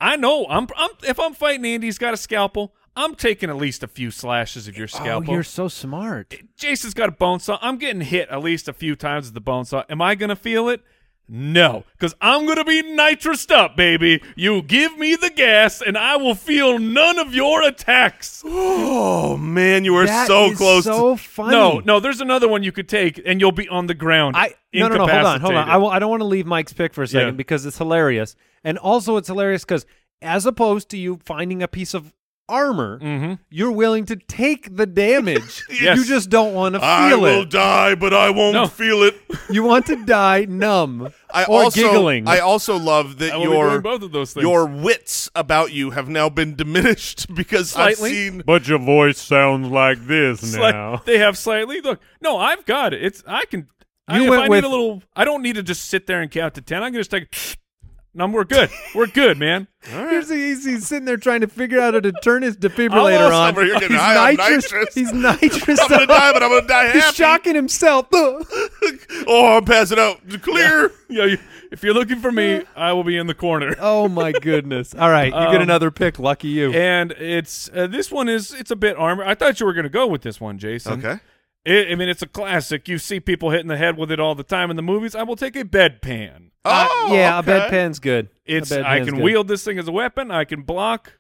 [SPEAKER 3] I know. I'm, I'm if I'm fighting Andy, he's got a scalpel. I'm taking at least a few slashes of your scalpel.
[SPEAKER 4] Oh, you're so smart.
[SPEAKER 3] Jason's got a bone saw. I'm getting hit at least a few times with the bone saw. Am I gonna feel it? No, because I'm gonna be nitrous up, baby. You give me the gas, and I will feel none of your attacks.
[SPEAKER 1] Oh man, you were
[SPEAKER 4] That
[SPEAKER 1] so
[SPEAKER 4] is
[SPEAKER 1] close. to-
[SPEAKER 4] So funny.
[SPEAKER 3] No, no. There's another one you could take, and you'll be on the ground.
[SPEAKER 4] I no, no, no. Hold on, hold on.
[SPEAKER 3] incapacitated.
[SPEAKER 4] I, will, I don't want to leave Mike's pick for a second
[SPEAKER 3] Yeah.
[SPEAKER 4] because it's hilarious, and also it's hilarious because as opposed to you finding a piece of armor,
[SPEAKER 1] Mm-hmm.
[SPEAKER 4] you're willing to take the damage.
[SPEAKER 3] Yes.
[SPEAKER 4] You just don't want to
[SPEAKER 1] I
[SPEAKER 4] feel
[SPEAKER 1] will
[SPEAKER 4] it.
[SPEAKER 1] die, but I won't
[SPEAKER 3] No.
[SPEAKER 1] feel it.
[SPEAKER 4] You want to die numb
[SPEAKER 1] I
[SPEAKER 4] or
[SPEAKER 1] also,
[SPEAKER 4] giggling.
[SPEAKER 1] I also love that
[SPEAKER 3] I will be
[SPEAKER 1] your
[SPEAKER 3] doing both of those things.
[SPEAKER 1] your wits about you have now been diminished because
[SPEAKER 3] Slightly.
[SPEAKER 1] I've seen.
[SPEAKER 6] But your voice sounds like this
[SPEAKER 3] Slight-
[SPEAKER 6] now.
[SPEAKER 3] they have slightly look. No, I've got it. It's I can. I,
[SPEAKER 4] You
[SPEAKER 3] if
[SPEAKER 4] went
[SPEAKER 3] I
[SPEAKER 4] with-
[SPEAKER 3] need a little. I don't need to just sit there and count to ten. I can just take. No, we're good. We're good, man.
[SPEAKER 4] Here's the, he's, he's sitting there trying to figure out how to turn his
[SPEAKER 3] I'll
[SPEAKER 4] defibrillator
[SPEAKER 3] also-
[SPEAKER 4] on. Oh,
[SPEAKER 1] over here getting
[SPEAKER 4] he's,
[SPEAKER 1] high on
[SPEAKER 4] nitrous,
[SPEAKER 1] nitrous.
[SPEAKER 4] he's nitrous.
[SPEAKER 1] I'm gonna
[SPEAKER 4] up.
[SPEAKER 1] die, but I'm gonna die
[SPEAKER 4] He's
[SPEAKER 1] happy.
[SPEAKER 4] shocking himself.
[SPEAKER 1] oh, I'm passing out. Clear.
[SPEAKER 3] Yeah, you, if you're looking for me, I will be in the corner.
[SPEAKER 4] oh my goodness! All right, you get
[SPEAKER 3] Um, eh,
[SPEAKER 4] another pick. Lucky you.
[SPEAKER 3] And it's uh, this one is it's a bit armor. I thought you were going to go with this one, Jason.
[SPEAKER 1] Okay.
[SPEAKER 3] It, I mean, it's a classic. You see people hitting the head with it all the time in the movies. I will take a bedpan.
[SPEAKER 4] Uh,
[SPEAKER 1] Oh,
[SPEAKER 4] yeah,
[SPEAKER 1] okay.
[SPEAKER 4] a bedpan's good. A
[SPEAKER 3] It's I
[SPEAKER 4] bedpan's
[SPEAKER 3] can
[SPEAKER 4] good.
[SPEAKER 3] wield this thing as a weapon. I can block.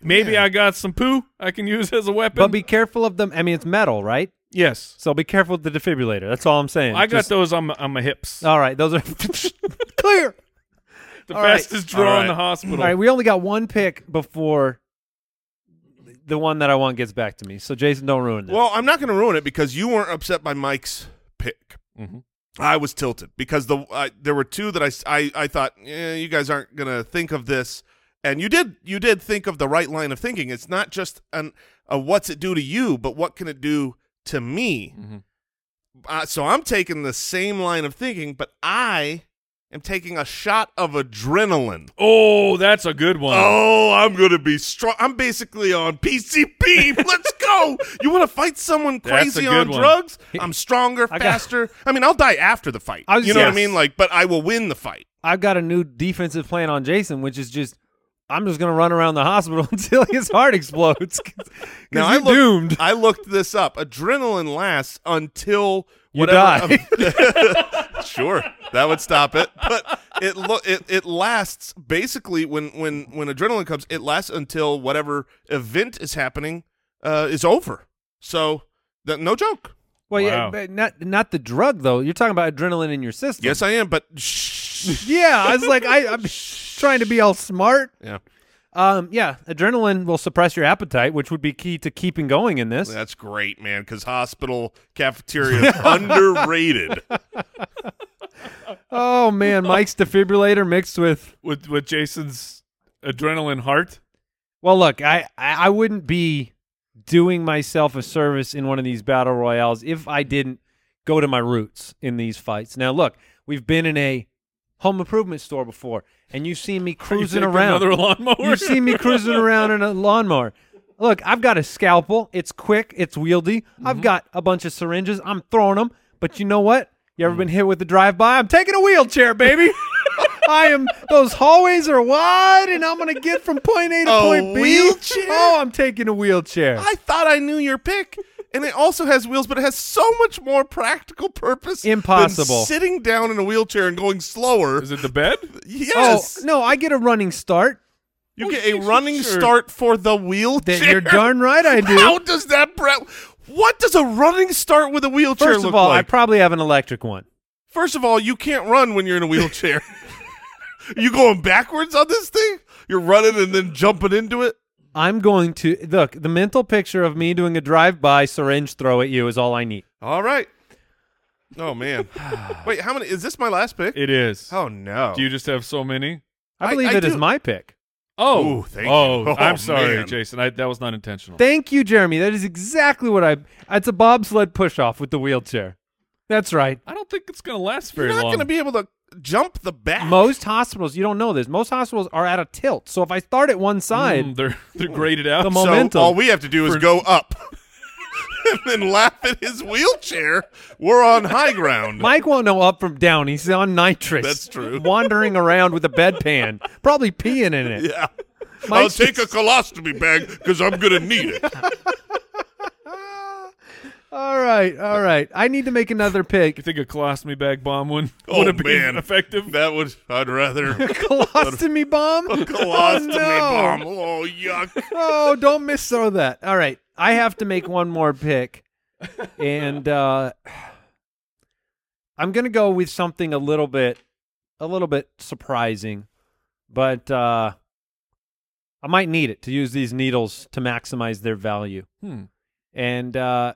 [SPEAKER 3] Maybe I got some poo I can use as a weapon.
[SPEAKER 4] But be careful of them. I mean, it's metal, right?
[SPEAKER 3] yes.
[SPEAKER 4] So be careful with the defibrillator. That's all I'm saying.
[SPEAKER 3] I got
[SPEAKER 4] Just-
[SPEAKER 3] those on my, on my hips.
[SPEAKER 4] All right, those are clear.
[SPEAKER 3] the
[SPEAKER 4] all right.
[SPEAKER 3] fastest draw in the hospital.
[SPEAKER 4] All right, we only got one pick before the one that I want gets back to me. So Jason, don't ruin this.
[SPEAKER 1] Well, I'm not going to ruin it because you weren't upset by Mike's pick.
[SPEAKER 3] Mhm.
[SPEAKER 1] I was tilted because the I there were two that I s- I, I thought eh, you guys aren't going to think of this, and you did you did think of the right line of thinking. It's not just an a what's it do to you, but what can it do to me.
[SPEAKER 3] Mhm.
[SPEAKER 1] Uh, so I'm taking the same line of thinking, but I am taking a shot of adrenaline.
[SPEAKER 3] Oh, that's a good one.
[SPEAKER 1] Oh, I'm gonna be strong. I'm basically on PCP. Let's go. You want to fight someone
[SPEAKER 3] That's a
[SPEAKER 1] crazy
[SPEAKER 3] good
[SPEAKER 1] on
[SPEAKER 3] one.
[SPEAKER 1] drugs? I'm stronger,
[SPEAKER 4] I got-
[SPEAKER 1] faster. I mean, I'll die after the fight.
[SPEAKER 4] I was
[SPEAKER 1] you know what
[SPEAKER 4] yes.
[SPEAKER 1] I mean? Like, but I will win the fight.
[SPEAKER 4] I've got a new defensive plan on Jason, which is just I'm just gonna run around the hospital until his heart explodes. 'Cause
[SPEAKER 1] Now I
[SPEAKER 4] you're
[SPEAKER 1] looked,
[SPEAKER 4] doomed.
[SPEAKER 1] I looked this up. Adrenaline lasts until
[SPEAKER 4] You
[SPEAKER 1] whatever. sure, that would stop it. But it lo- it it lasts basically when when when adrenaline comes, it lasts until whatever event is happening uh, is over. So, th- no joke.
[SPEAKER 4] Well, yeah,
[SPEAKER 3] Wow.
[SPEAKER 4] but not not the drug though. You're talking about adrenaline in your system.
[SPEAKER 1] Yes, I am. But shh.
[SPEAKER 4] Yeah, I was like, I, I'm trying to be all smart.
[SPEAKER 1] yeah,
[SPEAKER 4] Um, yeah, adrenaline will suppress your appetite, which would be key to keeping going in this.
[SPEAKER 1] that's great, man. Because hospital cafeteria is underrated.
[SPEAKER 4] Oh man, Mike's defibrillator mixed with.
[SPEAKER 3] With with Jason's adrenaline heart.
[SPEAKER 4] Well, look, I I I wouldn't be doing myself a service in one of these battle royales if I didn't go to my roots in these fights. Now, look, we've been in a home improvement store before, and you've seen me cruising
[SPEAKER 3] you take
[SPEAKER 4] around.
[SPEAKER 3] Another lawnmower.
[SPEAKER 4] You've seen me cruising around in a lawnmower. Look, I've got a scalpel. It's quick. It's wieldy.
[SPEAKER 1] Mm-hmm.
[SPEAKER 4] I've got a bunch of syringes. I'm throwing them. But you know what? You ever been hit with a drive-by? I'm taking a wheelchair, baby. I am. Those hallways are wide, and I'm gonna get from point A to
[SPEAKER 1] A
[SPEAKER 4] point B.
[SPEAKER 1] wheelchair?
[SPEAKER 4] Oh, I'm taking a wheelchair.
[SPEAKER 1] I thought I knew your pick, and it also has wheels, but it has so much more practical purpose. than
[SPEAKER 4] Impossible.
[SPEAKER 1] sitting down in a wheelchair and going slower.
[SPEAKER 3] Is it the bed?
[SPEAKER 1] Yes,
[SPEAKER 4] Oh no, I get a running start.
[SPEAKER 1] you get a running start for the wheelchair.
[SPEAKER 4] That you're darn right, I do.
[SPEAKER 1] How does that? Pre- what does a running start with a wheelchair
[SPEAKER 4] First
[SPEAKER 1] look
[SPEAKER 4] of all, I
[SPEAKER 1] like?
[SPEAKER 4] probably have an electric one.
[SPEAKER 1] First of all, you can't run when you're in a wheelchair. you going backwards on this thing? You're running and then jumping into it.
[SPEAKER 4] I'm going to look. The mental picture of me doing a drive-by syringe throw at you is all I need.
[SPEAKER 1] All right. Oh man. Wait, how many? Is this my last pick?
[SPEAKER 3] It is.
[SPEAKER 1] oh no.
[SPEAKER 3] Do you just have so many?
[SPEAKER 4] I
[SPEAKER 1] I-
[SPEAKER 4] believe it
[SPEAKER 1] I
[SPEAKER 4] is
[SPEAKER 1] do.
[SPEAKER 4] my pick.
[SPEAKER 3] Oh,
[SPEAKER 1] Ooh, thank
[SPEAKER 3] oh,
[SPEAKER 1] you. Oh,
[SPEAKER 3] I'm sorry,
[SPEAKER 1] man.
[SPEAKER 3] Jason. I, that was not intentional.
[SPEAKER 4] Thank you, Jeremy. That is exactly what I. It's a bobsled push off with the wheelchair. That's right.
[SPEAKER 3] I don't think it's gonna last
[SPEAKER 1] You're
[SPEAKER 3] very
[SPEAKER 1] not
[SPEAKER 3] long.
[SPEAKER 1] going to be able to jump the back.
[SPEAKER 4] Most hospitals, you don't know this. Most hospitals are at a tilt. So if I
[SPEAKER 1] Mm,
[SPEAKER 4] start at one side,
[SPEAKER 3] Mm, they're they're graded out.
[SPEAKER 4] The
[SPEAKER 1] so
[SPEAKER 4] momentum.
[SPEAKER 1] all we have to do is go up. him and laugh at his wheelchair, we're on high ground.
[SPEAKER 4] Mike won't know up from down. He's on nitrous.
[SPEAKER 1] That's true.
[SPEAKER 4] Wandering around with a bedpan, probably peeing in it.
[SPEAKER 1] yeah. I'll
[SPEAKER 4] Mike's
[SPEAKER 1] take a colostomy bag because I'm going to need it.
[SPEAKER 4] All right, all right. I need to make another
[SPEAKER 3] You
[SPEAKER 4] pick.
[SPEAKER 3] think a colostomy bag bomb one
[SPEAKER 1] Oh,
[SPEAKER 3] would have been
[SPEAKER 1] man.
[SPEAKER 3] effective?
[SPEAKER 1] That would, I'd rather
[SPEAKER 4] Colostomy bomb.
[SPEAKER 1] colostomy
[SPEAKER 4] oh,
[SPEAKER 1] bomb.
[SPEAKER 4] no.
[SPEAKER 1] Oh, yuck.
[SPEAKER 4] Oh, don't miss throw that. All right, I have to make one more pick, and uh, I'm gonna go with something a little bit, a little bit surprising, but uh, I might need it to use these needles to maximize their value.
[SPEAKER 3] Hmm.
[SPEAKER 4] And uh,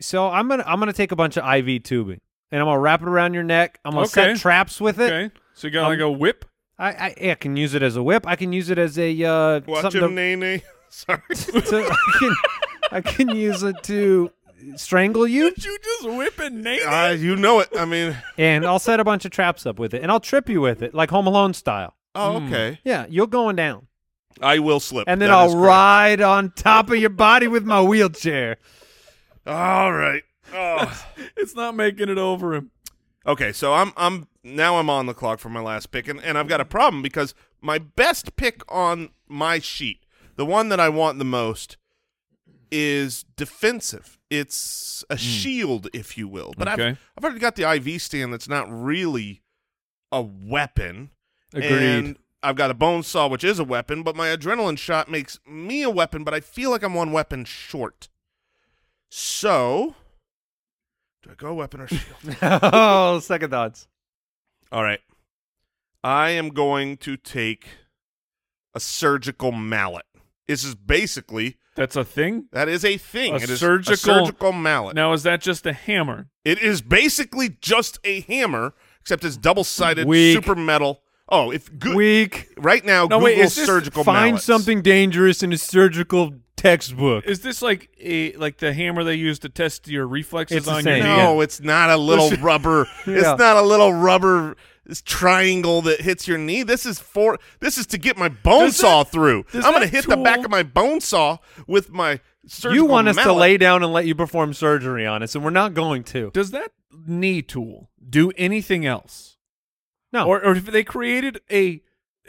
[SPEAKER 4] so I'm gonna I'm gonna take a bunch of IV tubing, and I'm gonna wrap it around your neck. I'm gonna
[SPEAKER 3] Okay.
[SPEAKER 4] set traps with it.
[SPEAKER 3] Okay. So you got like
[SPEAKER 4] Um,
[SPEAKER 3] a whip?
[SPEAKER 4] I, I I can use it as a whip. I can use it as a uh,
[SPEAKER 1] Watch
[SPEAKER 4] something
[SPEAKER 1] him,
[SPEAKER 4] to-
[SPEAKER 1] Nene. Sorry.
[SPEAKER 4] to- I can I can use it to strangle you,
[SPEAKER 3] You just whipping Nate?
[SPEAKER 1] Uh, you know it. I mean,
[SPEAKER 4] and I'll set a bunch of traps up with it, and I'll trip you with it, like Home Alone style.
[SPEAKER 1] oh, okay.
[SPEAKER 4] Yeah, you're going down,
[SPEAKER 1] I will slip.
[SPEAKER 4] and then
[SPEAKER 1] That is
[SPEAKER 4] I'll
[SPEAKER 1] correct.
[SPEAKER 4] ride on top of your body with my wheelchair.
[SPEAKER 1] All right. Oh.
[SPEAKER 3] It's not making it over him.
[SPEAKER 1] okay, so I'm I'm now I'm on the clock for my last pick and, and I've got a problem because my best pick on my sheet, the one that I want the most is defensive. It's a shield if you will. But I've
[SPEAKER 3] Okay.
[SPEAKER 1] I've already got the IV stand that's not really a weapon. And I've got a bone saw, which is a weapon, but my adrenaline shot makes me a weapon, but I feel like I'm one weapon short. So, do I go weapon or shield?
[SPEAKER 4] oh, second thoughts.
[SPEAKER 1] All right. I am going to take a surgical mallet. This is basically,
[SPEAKER 3] That's a thing?
[SPEAKER 1] that is a thing.
[SPEAKER 3] A
[SPEAKER 1] It is
[SPEAKER 3] surgical-
[SPEAKER 1] surgical mallet.
[SPEAKER 3] Now, is that just a hammer?
[SPEAKER 1] It is basically just a hammer, except it's double sided,
[SPEAKER 4] Weak.
[SPEAKER 1] super metal. Oh, if good.
[SPEAKER 4] Weak.
[SPEAKER 1] Right now,
[SPEAKER 3] No,
[SPEAKER 1] Google
[SPEAKER 3] wait, is this-
[SPEAKER 1] surgical
[SPEAKER 4] Find
[SPEAKER 1] mallets.
[SPEAKER 4] something dangerous in a surgical textbook.
[SPEAKER 3] Is this like a like the hammer they use to test your reflexes
[SPEAKER 4] It's the
[SPEAKER 3] on
[SPEAKER 4] same.
[SPEAKER 3] your knee?
[SPEAKER 1] No, it's not a little rubber.
[SPEAKER 4] Yeah.
[SPEAKER 1] It's not a little rubber s- triangle that hits your knee. This is for this is to get my bone
[SPEAKER 3] Does
[SPEAKER 1] saw through. I'm
[SPEAKER 3] does
[SPEAKER 1] gonna
[SPEAKER 3] that
[SPEAKER 1] hit the back
[SPEAKER 3] tool-
[SPEAKER 1] of my bone saw with my surgical
[SPEAKER 4] You want us to
[SPEAKER 1] mallet.
[SPEAKER 4] lay down and let you perform surgery on us, and we're not going to.
[SPEAKER 3] Does that knee tool do anything else?
[SPEAKER 1] Oh.
[SPEAKER 4] No.
[SPEAKER 3] Or, or if they created a,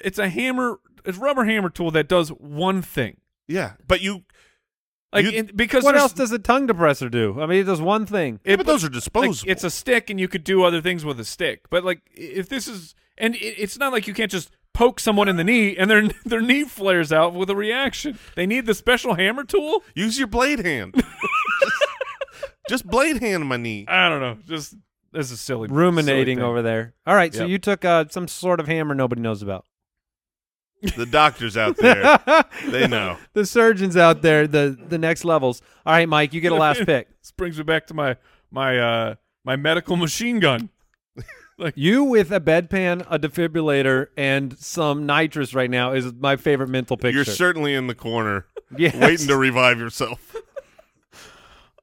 [SPEAKER 3] it's a hammer, it's rubber hammer tool that does one thing.
[SPEAKER 1] Yeah, but you.
[SPEAKER 3] Like
[SPEAKER 1] You-
[SPEAKER 3] in, because
[SPEAKER 4] what
[SPEAKER 3] there's-
[SPEAKER 4] else does a tongue depressor do? I mean, it does one thing.
[SPEAKER 1] yeah, but those are disposable.
[SPEAKER 3] like, it's a stick and you could do other things with a stick but like i- if this is and it, it's not like you can't just poke someone in the knee and their their knee flares out with a reaction they need the special hammer tool
[SPEAKER 1] Use your blade hand. Just- just blade hand my knee.
[SPEAKER 3] i don't know just this is silly
[SPEAKER 4] Ruminating over there. All right, so
[SPEAKER 3] Yep.
[SPEAKER 4] you took uh, some sort of hammer nobody knows about.
[SPEAKER 1] The doctors out there, they know.
[SPEAKER 4] the surgeons out there, the the next levels. All right, Mike, you get a last pick.
[SPEAKER 3] this brings me back to my my uh my medical machine gun
[SPEAKER 4] You with a bedpan, a defibrillator, and some nitrous right now is my favorite mental picture.
[SPEAKER 1] You're certainly in the corner,
[SPEAKER 4] Yes.
[SPEAKER 1] waiting to revive yourself.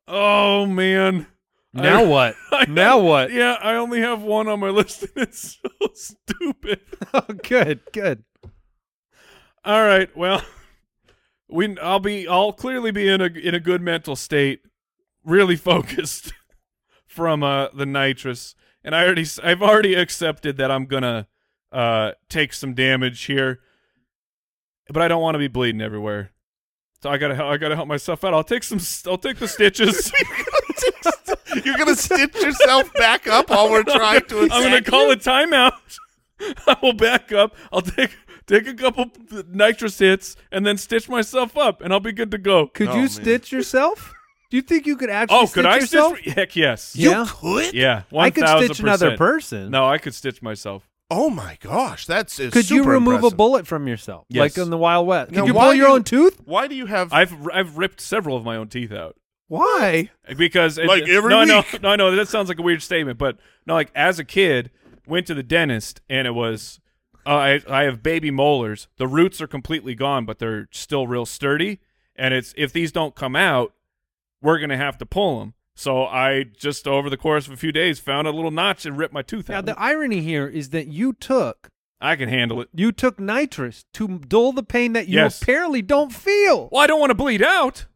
[SPEAKER 3] oh man
[SPEAKER 4] now what? now what?
[SPEAKER 3] yeah i only have one on my list and it's so stupid
[SPEAKER 4] Oh, good, good.
[SPEAKER 3] All right. Well, we I'll be I'll clearly be in a in a good mental state, really focused from uh the nitrous, and I already s- I've already accepted that I'm gonna uh take some damage here, but I don't want to be bleeding everywhere. So I gotta hel- I gotta help myself out. I'll take some s- I'll take the stitches.
[SPEAKER 1] You're gonna stitch yourself back up while we're trying to.
[SPEAKER 3] I'm gonna
[SPEAKER 1] attack
[SPEAKER 3] call a timeout. I will back up. I'll take take a couple nitrous hits and then stitch myself up, and I'll be good to go.
[SPEAKER 4] Could
[SPEAKER 1] Oh,
[SPEAKER 4] you
[SPEAKER 1] man.
[SPEAKER 4] stitch yourself? Do you think you could actually
[SPEAKER 3] Oh,
[SPEAKER 4] stitch
[SPEAKER 3] could I
[SPEAKER 4] yourself?
[SPEAKER 3] stitch? Heck yes.
[SPEAKER 1] You
[SPEAKER 4] yeah.
[SPEAKER 1] could?
[SPEAKER 3] Yeah,
[SPEAKER 4] I could
[SPEAKER 3] 1000%.
[SPEAKER 4] stitch another person.
[SPEAKER 3] No, I could stitch myself.
[SPEAKER 1] Oh my gosh, that's it's
[SPEAKER 4] Could you
[SPEAKER 1] super
[SPEAKER 4] remove
[SPEAKER 1] impressive.
[SPEAKER 4] a bullet from yourself,
[SPEAKER 3] Yes.
[SPEAKER 4] like in the Wild West? Could
[SPEAKER 1] Now,
[SPEAKER 4] you
[SPEAKER 1] why
[SPEAKER 4] pull your
[SPEAKER 1] do-
[SPEAKER 4] own tooth?
[SPEAKER 1] Why do you have?
[SPEAKER 3] I've I've ripped several of my own teeth out
[SPEAKER 4] Why?
[SPEAKER 3] because it,
[SPEAKER 1] Like every
[SPEAKER 3] no, no,
[SPEAKER 1] week.
[SPEAKER 3] no, I know that sounds like a weird statement, but no, like as a kid, went to the dentist and it was. Uh, I I have baby molars. The roots are completely gone, but they're still real sturdy. And it's if these don't come out, we're gonna have to pull them. So I just over the course of a few days found a little notch and ripped my tooth
[SPEAKER 4] Now
[SPEAKER 3] out.
[SPEAKER 4] the irony here is that you took
[SPEAKER 3] I can handle it.
[SPEAKER 4] you took nitrous to dull the pain that you
[SPEAKER 3] Yes.
[SPEAKER 4] apparently don't feel.
[SPEAKER 3] Well, I don't want to bleed out.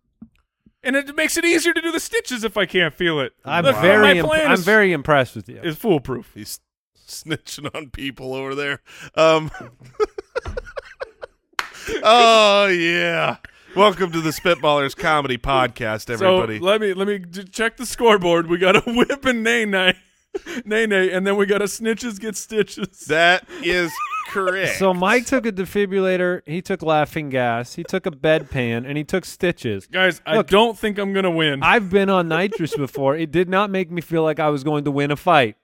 [SPEAKER 3] and it makes it easier to do the stitches if I can't feel it.
[SPEAKER 4] I'm
[SPEAKER 3] Look, my
[SPEAKER 4] very, imp-
[SPEAKER 3] plan
[SPEAKER 4] I'm
[SPEAKER 3] is,
[SPEAKER 4] very impressed with you.
[SPEAKER 3] is foolproof.
[SPEAKER 1] He's snitching on people over there. Um. oh yeah. Welcome to the Spitballers Comedy Podcast, everybody.
[SPEAKER 3] So let me let me j- check the scoreboard. We got a whip and nay nay, nay nay, and then we got a snitches get stitches.
[SPEAKER 1] that is correct.
[SPEAKER 4] So Mike took a defibrillator, he took laughing gas, he took a bedpan, and he took stitches.
[SPEAKER 3] Guys, I
[SPEAKER 4] Look.
[SPEAKER 3] don't think I'm gonna win.
[SPEAKER 4] I've been on nitrous before. It did not make me feel like I was going to win a fight.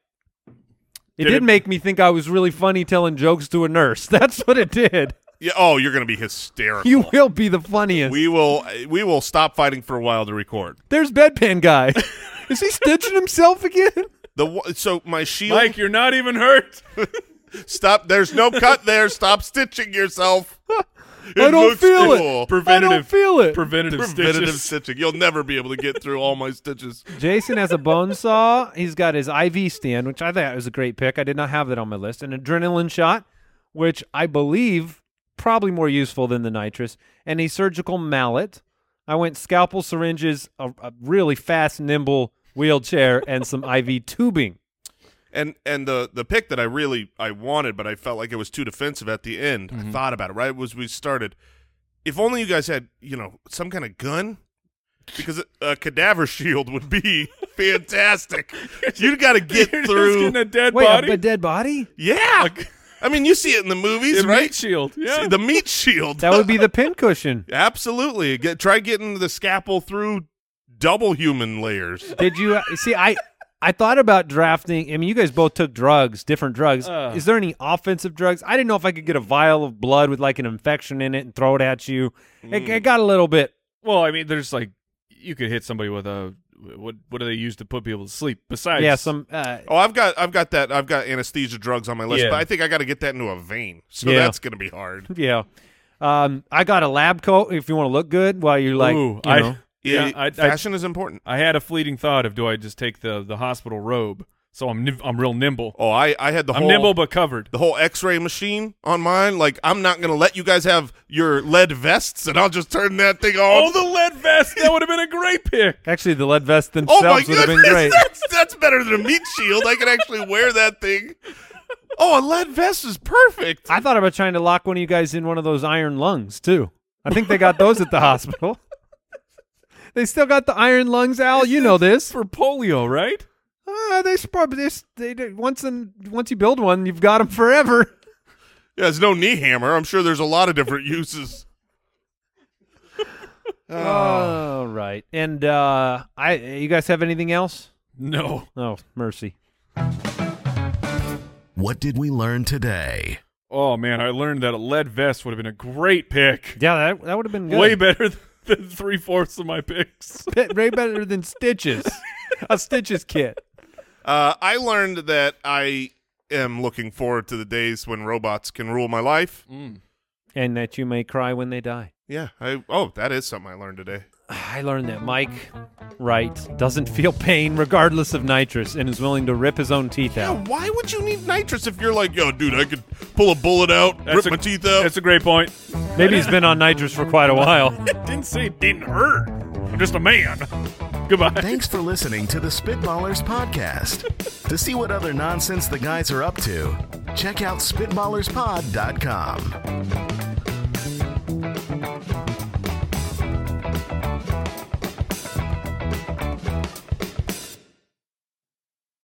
[SPEAKER 4] It
[SPEAKER 3] Did
[SPEAKER 4] did,
[SPEAKER 3] it-
[SPEAKER 4] make me think I was really funny telling jokes to a nurse. That's what it did.
[SPEAKER 1] yeah, oh, you're going to be hysterical.
[SPEAKER 4] You will be the funniest.
[SPEAKER 1] we will we will stop fighting for a while to record.
[SPEAKER 4] There's bedpan guy. Is he stitching himself again?
[SPEAKER 1] The wa- so my shield
[SPEAKER 3] Mike, you're not even hurt.
[SPEAKER 1] stop there's no cut there. Stop stitching yourself.
[SPEAKER 4] I don't
[SPEAKER 1] looks
[SPEAKER 4] feel
[SPEAKER 1] cool.
[SPEAKER 4] it. I don't
[SPEAKER 3] Preventative-
[SPEAKER 4] feel it.
[SPEAKER 3] Preventative,
[SPEAKER 1] Preventative
[SPEAKER 3] stitches.
[SPEAKER 1] stitching. You'll never be able to get through all my stitches.
[SPEAKER 4] Jason has a bone saw. He's got his IV stand, which I thought was a great pick. I did not have that on my list. An adrenaline shot, which I believe probably more useful than the nitrous, and a surgical mallet. I went scalpel syringes, a, a really fast, nimble wheelchair, and some IV tubing.
[SPEAKER 1] And and the the pick that I really I wanted, but I felt like it was too defensive at the end. I thought about it. Right was we started. If only you guys had you know some kind of gun, because a, a cadaver shield would be fantastic. You got to get
[SPEAKER 3] You're just
[SPEAKER 1] through.
[SPEAKER 3] getting a dead
[SPEAKER 4] Wait,
[SPEAKER 3] body.
[SPEAKER 4] a, a dead body?
[SPEAKER 1] yeah, I mean you see it in the movies,
[SPEAKER 3] A meat
[SPEAKER 1] right?
[SPEAKER 3] shield. Yeah.
[SPEAKER 1] See, The meat shield.
[SPEAKER 4] That would be the pincushion.
[SPEAKER 1] Absolutely. Get, try getting the scalpel through double human layers.
[SPEAKER 4] Did you uh, see? I I thought about drafting. I mean, you guys both took drugs, different drugs.
[SPEAKER 3] Ugh.
[SPEAKER 4] Is there any offensive drugs? I didn't know if I could get a vial of blood with like an infection in it and throw it at you. It, it got a little bit.
[SPEAKER 3] well, I mean, there's like you could hit somebody with a what? What do they use to put people to sleep? Besides,
[SPEAKER 4] Yeah, some. Uh,
[SPEAKER 1] Oh, I've got I've got that I've got anesthesia drugs on my list,
[SPEAKER 3] Yeah.
[SPEAKER 1] but I think I got to get that into a vein. So
[SPEAKER 4] Yeah.
[SPEAKER 1] that's going to be hard.
[SPEAKER 4] yeah. Um, I got a lab coat if you want to look good while you're like,
[SPEAKER 3] Ooh,
[SPEAKER 4] you
[SPEAKER 3] I-
[SPEAKER 4] know.
[SPEAKER 3] Yeah,
[SPEAKER 1] It-
[SPEAKER 3] I- I-
[SPEAKER 1] fashion is important.
[SPEAKER 3] I had a fleeting thought of do I just take the the hospital robe? So I'm nim- I'm real nimble.
[SPEAKER 1] Oh, I I had the
[SPEAKER 3] I'm
[SPEAKER 1] whole
[SPEAKER 3] nimble but covered.
[SPEAKER 1] the whole X-ray machine on mine. Like I'm not going to let you guys have your lead vests, and I'll just turn that thing
[SPEAKER 3] Oh,
[SPEAKER 1] on.
[SPEAKER 3] the lead vest. That would have been a great pick.
[SPEAKER 4] Actually, the lead vest
[SPEAKER 1] Oh
[SPEAKER 4] themselves
[SPEAKER 1] my
[SPEAKER 4] would have been
[SPEAKER 1] goodness,
[SPEAKER 4] great.
[SPEAKER 1] that's that's better than a meat shield. I can actually wear that thing. Oh, a lead vest is perfect.
[SPEAKER 4] I thought about trying to lock one of you guys in one of those iron lungs too. I think they got those at the hospital. They still got the iron lungs, Al. You know this.
[SPEAKER 3] for polio, right?
[SPEAKER 4] Uh, they probably they, s- they do- once in, once you build one, you've got them forever.
[SPEAKER 1] Yeah, it's no knee hammer. I'm sure there's a lot of different uses.
[SPEAKER 4] All right, and uh, I you guys have anything else?
[SPEAKER 3] No.
[SPEAKER 4] Oh mercy!
[SPEAKER 2] What did we learn today?
[SPEAKER 3] Oh man, I learned that a lead vest would have been a great pick.
[SPEAKER 4] Yeah, that that would have been good.
[SPEAKER 3] Way better th- than three fourths of my picks.
[SPEAKER 4] better, way better than stitches. A stitches kit.
[SPEAKER 1] Uh, I learned that I am looking forward to the days when robots can rule my life.
[SPEAKER 4] And that you may cry when they die.
[SPEAKER 1] Yeah. I oh, that is something I learned today.
[SPEAKER 4] I learned that Mike Wright doesn't feel pain regardless of nitrous and is willing to rip his own teeth
[SPEAKER 1] Yeah.
[SPEAKER 4] out.
[SPEAKER 1] Why would you need nitrous if you're like, yo, dude, I could pull a bullet out,
[SPEAKER 3] That's
[SPEAKER 1] rip
[SPEAKER 3] a-
[SPEAKER 1] my teeth out.
[SPEAKER 3] That's a great point.
[SPEAKER 4] Maybe he's been on nitrous for quite a while.
[SPEAKER 3] Didn't say it didn't hurt. I'm just a man. Goodbye.
[SPEAKER 2] Thanks for listening to the Spitballers Podcast. to see what other nonsense the guys are up to, check out SpitballersPod.com.